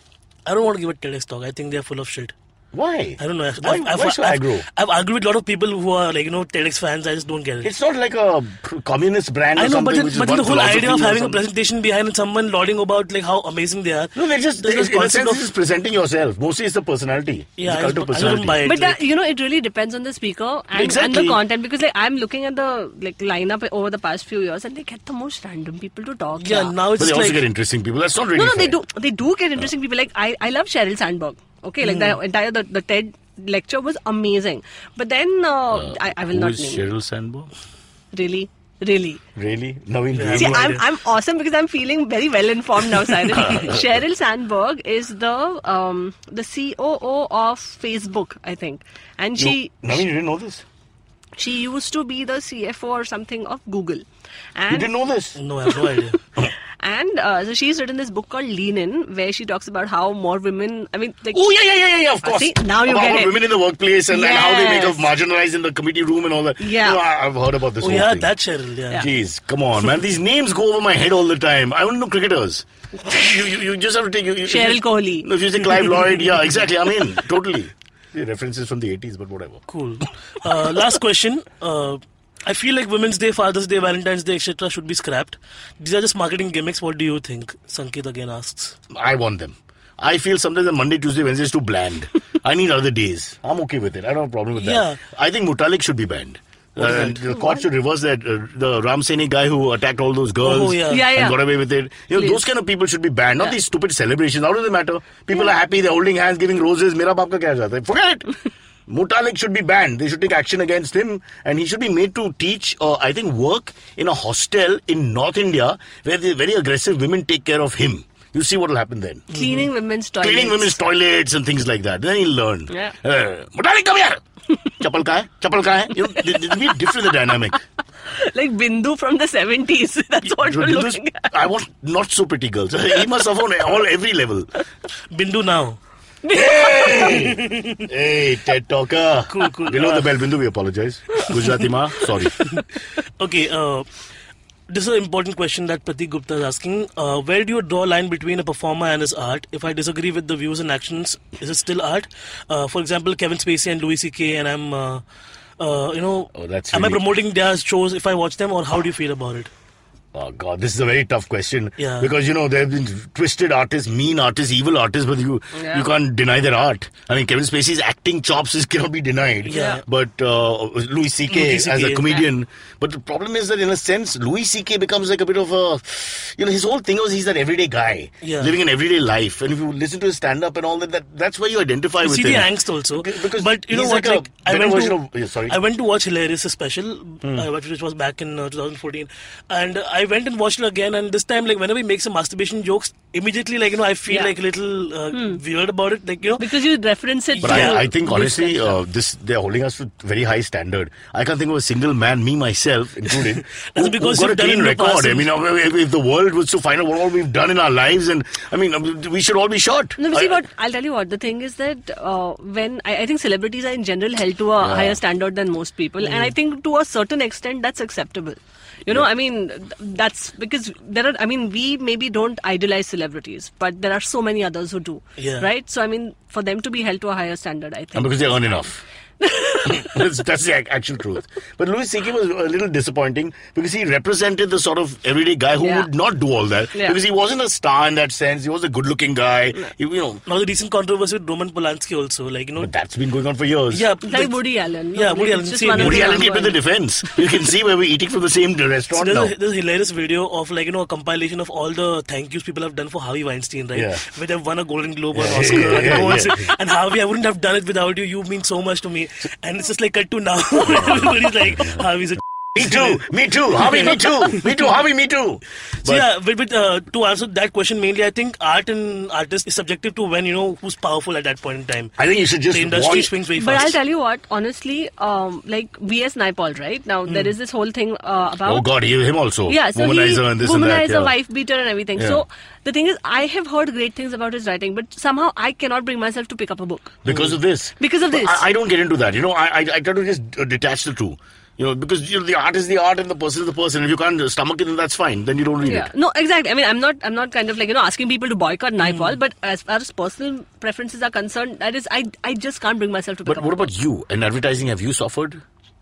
Speaker 5: I don't want to give a TEDx talk. I think they're full of shit.
Speaker 2: Why?
Speaker 5: I don't know. I've,
Speaker 2: Why,
Speaker 5: I've,
Speaker 2: why
Speaker 5: I've,
Speaker 2: should
Speaker 5: I've,
Speaker 2: I grow?
Speaker 5: I've argued with a lot of people who are like, you know, TEDx fans. I just don't get it.
Speaker 2: It's not like a communist brand.
Speaker 5: I
Speaker 2: or
Speaker 5: know,
Speaker 2: something,
Speaker 5: but, then,
Speaker 2: which is
Speaker 5: but then the
Speaker 2: one
Speaker 5: whole idea of
Speaker 2: philosophy or
Speaker 5: having a
Speaker 2: something.
Speaker 5: presentation behind and someone lauding about like how amazing they are.
Speaker 2: No, they're just
Speaker 5: There's
Speaker 2: they're,
Speaker 5: this
Speaker 2: in a
Speaker 5: concept
Speaker 2: sense,
Speaker 5: of-
Speaker 2: it's just presenting yourself. Mostly it's the personality.
Speaker 5: Yeah,
Speaker 2: it's
Speaker 5: I
Speaker 2: cult of
Speaker 5: don't- I don't
Speaker 2: personality.
Speaker 5: buy it.
Speaker 4: But
Speaker 5: Like-
Speaker 4: that, you know, it really depends on the speaker and,
Speaker 2: Exactly.
Speaker 4: and the content because like I'm looking at the like lineup over the past few years and they get the most random people to talk.
Speaker 5: yeah,
Speaker 4: yeah.
Speaker 5: now
Speaker 2: But
Speaker 5: it's
Speaker 2: they
Speaker 5: just
Speaker 2: also
Speaker 5: like
Speaker 2: get interesting people. That's not really.
Speaker 4: no, no,
Speaker 2: fair.
Speaker 4: they do. They do get interesting people. Like I, I love Sheryl Sandberg. Okay, like
Speaker 2: Hmm.
Speaker 4: the entire the, the TED lecture was amazing. But then uh, I, I will
Speaker 2: Who
Speaker 4: not
Speaker 2: is
Speaker 4: name
Speaker 2: Sheryl Sandberg?
Speaker 4: really, really.
Speaker 2: Really? Naveen, do you
Speaker 4: See,
Speaker 2: know?
Speaker 4: I'm, I'm awesome because I'm feeling very well informed now, Cyril.
Speaker 2: Ah.
Speaker 4: Sheryl Sandberg is the um, the COO of Facebook, I think, and
Speaker 2: You-
Speaker 4: she
Speaker 2: Naveen, you didn't know this?
Speaker 4: she used to be the CFO or something of Google,
Speaker 2: You
Speaker 4: and
Speaker 2: didn't know this?
Speaker 5: no, I have no idea. Oh,
Speaker 4: and uh, so she's written this book called Lean In, where she talks about how more women. I mean, like,
Speaker 2: Oh yeah, yeah, yeah, yeah, yeah. Of course.
Speaker 4: Ah, see, now you
Speaker 2: about
Speaker 4: get
Speaker 2: about
Speaker 4: it.
Speaker 2: women in the workplace and, and how they make
Speaker 4: Yes.
Speaker 2: up marginalized in the committee room and all that.
Speaker 4: Yeah.
Speaker 2: You know, I, I've heard about this.
Speaker 5: oh
Speaker 2: whole
Speaker 5: yeah,
Speaker 2: thing.
Speaker 5: that Cheryl. Yeah.
Speaker 2: Jeez, come on, man. These names go over my head all the time. I don't know cricketers. You, you, you just have to take. You, you,
Speaker 4: Cheryl Kohli.
Speaker 2: No, if you say Clive Lloyd, yeah, exactly. I'm in. Totally. The references from the 80s, but whatever.
Speaker 5: Cool. Uh, last question. Uh, I feel like Women's Day, Father's Day, Valentine's Day, etc. should be scrapped. These are just marketing gimmicks. What do you think? Sanket again asks.
Speaker 2: I want them. I feel sometimes the Monday, Tuesday, Wednesday is too bland. I need other days. I'm okay with it. I don't have a problem with
Speaker 5: Yeah.
Speaker 2: that. I think Mutalik should be banned. Uh, and the court should reverse that. Uh, the Ram Seni guy who attacked all those girls
Speaker 5: Oh, yeah.
Speaker 4: Yeah, yeah.
Speaker 2: and got away with it. You know,
Speaker 4: Please.
Speaker 2: those kind of people should be banned. Not
Speaker 4: Yeah.
Speaker 2: these stupid celebrations. How does it matter? People are happy. They're holding hands, giving roses. Mera baap ka kya jata hai? Forget it. Mutalik should be banned. They should take action against him, and he should be made to teach, uh, I think, work in a hostel in North India where the very aggressive women take care of him. You see what will happen then
Speaker 4: cleaning women's toilets.
Speaker 2: Mm-hmm. cleaning women's toilets and things like that. Then he'll learn.
Speaker 4: Yeah.
Speaker 2: Uh, Mutali, come here. Chapal ka hai? Chapal ka hai? You know, th- th- it'll be different the dynamic.
Speaker 4: like Bindu from the 70s. That's what
Speaker 2: You
Speaker 4: we're
Speaker 2: do this-
Speaker 4: looking at.
Speaker 2: I want not so pretty girls. he must have on all every level.
Speaker 5: Bindu now.
Speaker 2: Hey, TED Talker.
Speaker 5: Cool, cool. Uh,
Speaker 2: Below the bell bindu, we apologize. Gujarati ma, sorry.
Speaker 5: Okay, uh, this is an important question that Pratik Gupta is asking. Uh, where do you draw a line between a performer and his art? If I disagree with the views and actions, is it still art? Uh, for example, Kevin Spacey and Louis C.K. and I'm, uh, uh, you know,
Speaker 2: Oh, that's
Speaker 5: am I
Speaker 2: really-
Speaker 5: promoting their shows if I watch them, or how do you feel about it?
Speaker 2: Oh God, this is a very tough question.
Speaker 5: Yeah.
Speaker 2: Because you know there have been twisted artists, mean artists, evil artists, but you
Speaker 4: Yeah.
Speaker 2: you can't deny their art. I mean, Kevin Spacey's acting chops is cannot be denied.
Speaker 5: Yeah.
Speaker 2: But uh, Louis C.K.
Speaker 5: Louis
Speaker 2: as
Speaker 5: CK.
Speaker 2: a comedian, but the problem is that in a sense, Louis C.K. becomes like a bit of a, you know, his whole thing was he's that everyday guy
Speaker 5: Yeah.
Speaker 2: living an everyday life, and if you listen to his stand-up and all that, that that's where you identify
Speaker 5: You
Speaker 2: with
Speaker 5: see
Speaker 2: him.
Speaker 5: the angst also.
Speaker 2: Because- because
Speaker 5: but you know
Speaker 2: he's
Speaker 5: what?
Speaker 2: like a
Speaker 5: Like, I
Speaker 2: better
Speaker 5: went to
Speaker 2: version of- yeah, sorry. Hmm.
Speaker 5: I went to watch Hilarious a special, uh, which was back in uh, 2014, and uh, I went and watched it again. And this time, like whenever he makes some masturbation jokes, immediately, like you know, I feel
Speaker 4: Yeah.
Speaker 5: like a little uh, weird about it. Like you know,
Speaker 4: because you reference it.
Speaker 2: But
Speaker 4: to
Speaker 2: I, I think
Speaker 4: this
Speaker 2: honestly,
Speaker 4: culture.
Speaker 2: uh, this they're holding us to very high standard. I can't think of a single man, me myself included, who, who
Speaker 5: because
Speaker 2: got a
Speaker 5: you've done it
Speaker 2: clean
Speaker 5: in the
Speaker 2: record.
Speaker 5: past
Speaker 2: I mean, if, if the world was to find out what all we've done in our lives, and I mean, um, we should all be shot.
Speaker 4: No, but see
Speaker 2: I-
Speaker 4: what I'll tell you what the thing is that uh, when I, I think celebrities are in general held to a higher standard than most people, and
Speaker 2: Hmm.
Speaker 4: I think to a certain extent that's acceptable. You know, I mean, th- that's because there are. I mean, we maybe don't idolize celebrities, but there are so many others who do.
Speaker 5: Yeah.
Speaker 4: Right. So I mean, for them to be held to a higher standard, I
Speaker 2: And
Speaker 4: think.
Speaker 2: because they earn enough. that's, that's the ac- actual truth. But Louis C.K. was a little disappointing because he represented the sort of everyday guy who
Speaker 4: Yeah.
Speaker 2: would not do all that.
Speaker 4: Yeah.
Speaker 2: Because he wasn't a star in that sense. He was a good-looking guy. He- you know,
Speaker 5: now the recent controversy with Roman Polanski also, like you know,
Speaker 2: but that's been going on for years.
Speaker 5: yeah,
Speaker 4: Like
Speaker 5: that's-
Speaker 4: Woody Allen.
Speaker 5: Yeah, Woody
Speaker 4: It's
Speaker 5: Allen,
Speaker 4: just
Speaker 5: same.
Speaker 4: one of
Speaker 2: Woody
Speaker 4: the
Speaker 2: Allen came to the
Speaker 4: ongoing-
Speaker 2: defense. You can see where we're eating from the same
Speaker 5: So
Speaker 2: restaurant
Speaker 5: there's,
Speaker 2: now.
Speaker 5: a, there's a hilarious video of like you know a compilation of all the thank yous people have done for Harvey Weinstein, right?
Speaker 2: Yeah.
Speaker 5: Where they've won a Golden Globe or an
Speaker 2: Yeah,
Speaker 5: Oscar,
Speaker 2: yeah,
Speaker 5: and
Speaker 2: yeah,
Speaker 5: awards.
Speaker 2: yeah.
Speaker 5: and Harvey, I wouldn't have done it without you. You mean so much to me, and it's just like cut to now. Everybody's like Harvey's a.
Speaker 2: Me too. Me too. Harvey, me too. Me too. Harvey, me too.
Speaker 5: So yeah, but, but uh, to answer that question mainly, I think art and artist is subjective to when you know who's powerful at that point in time.
Speaker 2: I think you should just
Speaker 5: The industry
Speaker 2: watch-
Speaker 5: swings very
Speaker 4: But
Speaker 5: fast.
Speaker 4: I'll tell you what, honestly, um, like V.S. Naipaul, right? Now, there is this whole thing uh, about.
Speaker 2: Hmm. Oh God, he, him also.
Speaker 4: Yeah, so
Speaker 2: womanizer
Speaker 4: he,
Speaker 2: and this
Speaker 4: womanizer,
Speaker 2: and that. yeah.
Speaker 4: wife beater, and everything.
Speaker 2: Yeah.
Speaker 4: So the thing is, I have heard great things about his writing, but somehow I cannot bring myself to pick up a book.
Speaker 2: Because of this.
Speaker 4: Because of
Speaker 2: But
Speaker 4: this.
Speaker 2: I, I don't get into that. You know, I, I I try to just uh, detach the two. You know, because you know, the art is the art and the person is the person. If you can't stomach it, then that's fine. Then you don't read
Speaker 4: Yeah,
Speaker 2: it. Hmm.
Speaker 4: no, exactly. I mean, I'm not, I'm not kind of like you know asking people to boycott Naipaul, but as far as personal preferences are concerned, that is, I, I just can't bring myself to pick
Speaker 2: But
Speaker 4: up.
Speaker 2: what
Speaker 4: a book.
Speaker 2: about you? In advertising, have you suffered?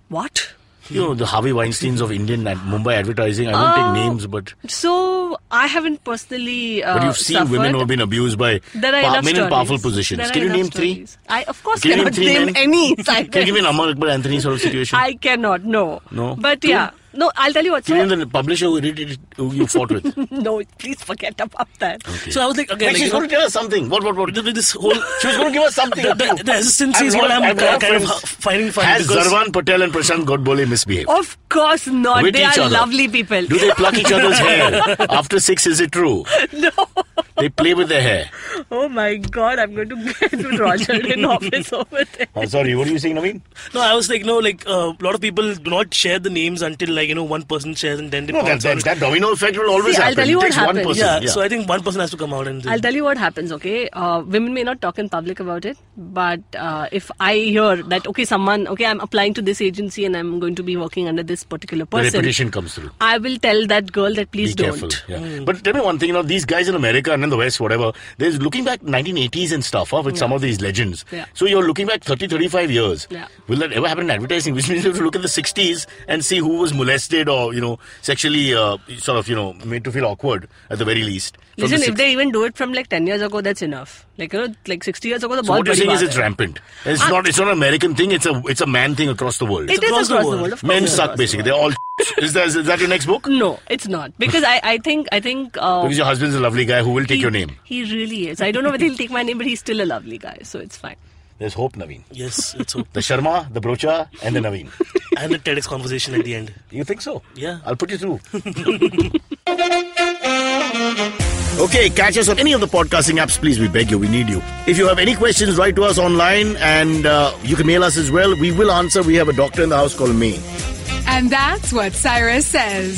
Speaker 4: what?
Speaker 2: You know, the Harvey Weinsteins of Indian and Mumbai advertising. I won't
Speaker 4: Uh,
Speaker 2: take names, but
Speaker 4: So I haven't personally. Uh,
Speaker 2: but you've seen
Speaker 4: suffered.
Speaker 2: women who have been abused by
Speaker 4: There are
Speaker 2: pa-
Speaker 4: enough
Speaker 2: men in
Speaker 4: stories.
Speaker 2: powerful positions.
Speaker 4: There are
Speaker 2: Can you
Speaker 4: enough
Speaker 2: name three?
Speaker 4: stories. I of course
Speaker 2: Can you name
Speaker 4: cannot
Speaker 2: three
Speaker 4: name,
Speaker 2: men?
Speaker 4: any.
Speaker 2: Can you give me an Amar Akbar Anthony sort of situation?
Speaker 4: I cannot. No.
Speaker 2: No?
Speaker 4: But
Speaker 2: Two?
Speaker 4: yeah. No, I'll tell you what.
Speaker 2: Can
Speaker 4: so-
Speaker 2: you name the publisher who, did it, who you fought with?
Speaker 4: No, please forget about that.
Speaker 5: So I was like,
Speaker 2: Wait,
Speaker 5: again, like, you
Speaker 2: she's
Speaker 5: know,
Speaker 2: going to tell us something. What, what, what?
Speaker 5: th- th- this whole
Speaker 2: She was going to give us something.
Speaker 5: The- the- the hesitancy is what I'm kind of finding funny
Speaker 2: Has
Speaker 5: because-
Speaker 2: Zarwan Patel and Prashant Godbole misbehaved?
Speaker 4: Of course not.
Speaker 2: With
Speaker 4: they
Speaker 2: each
Speaker 4: are
Speaker 2: other.
Speaker 4: lovely people.
Speaker 2: Do they pluck each other's hair? After six, is it true?
Speaker 4: no.
Speaker 2: They play with their hair.
Speaker 4: Oh my God, I'm going to get with Roger in office over there.
Speaker 2: Oh, sorry, what are you saying, Naveen?
Speaker 4: Oh,
Speaker 5: No, I was like, no, like uh, a lot of people do not share the names until like you know one person shares and then they.
Speaker 2: No, that,
Speaker 5: pass on
Speaker 2: that,
Speaker 5: it.
Speaker 2: that domino effect will always
Speaker 4: See, I'll
Speaker 2: happen.
Speaker 4: tell you
Speaker 2: it
Speaker 4: what
Speaker 2: takes one
Speaker 4: happened.
Speaker 2: person.
Speaker 5: yeah, So I think one person has to come out and.
Speaker 4: I'll tell you what happens, okay? Uh, women may not talk in public about it, but uh, if I hear that, okay, someone, okay, I'm applying to this agency and I'm going to be working under this particular
Speaker 2: the
Speaker 4: person,
Speaker 2: reputation comes through.
Speaker 4: I will tell that girl that please
Speaker 2: Be
Speaker 4: don't. Mm.
Speaker 2: careful. Yeah. But tell me one thing, you know, these guys in America and in the West, whatever, they're looking back 1980s and stuff huh, with some of these legends.
Speaker 4: Yeah.
Speaker 2: So you're looking back 30, 35 years.
Speaker 4: Yeah.
Speaker 2: Will that ever happen in advertising? Which means you have to look at the 60s and see who was molested or, you know, sexually uh, sort of, you know, made to feel awkward at the very least. From the
Speaker 4: Listen, if
Speaker 2: 60s.
Speaker 4: they even do it from like 10 years ago, that's enough. Like, you know, like 60 years ago, the
Speaker 2: so
Speaker 4: ball
Speaker 2: what you're saying is
Speaker 4: body
Speaker 2: it's
Speaker 4: bar-
Speaker 2: rampant. It's
Speaker 4: Ah.
Speaker 2: not. It's not an American thing. It's a. It's a man thing across the world.
Speaker 4: It is across the world. of course
Speaker 2: Men
Speaker 4: it's
Speaker 2: suck
Speaker 4: across the
Speaker 2: basically. They're
Speaker 4: world.
Speaker 2: all. is, that, is that your next book?
Speaker 4: No, it's not because I, I think I think uh,
Speaker 2: Because your husband's a lovely guy who will take
Speaker 4: he,
Speaker 2: your name.
Speaker 4: He really is. I don't know whether he'll take my name, but he's still a lovely guy, so it's fine.
Speaker 2: There's hope, Naveen.
Speaker 5: Yes, it's hope.
Speaker 2: The Sharma, the Brocha, and the Naveen.
Speaker 5: and the TEDx conversation at the end.
Speaker 2: You think so?
Speaker 5: Yeah.
Speaker 2: I'll put you through. okay, catch us on any of the podcasting apps, please. We beg you, we need you. If you have any questions, write to us online and uh, you can mail us as well. We will answer. We have a doctor in the house called May.
Speaker 3: And that's what Cyrus says.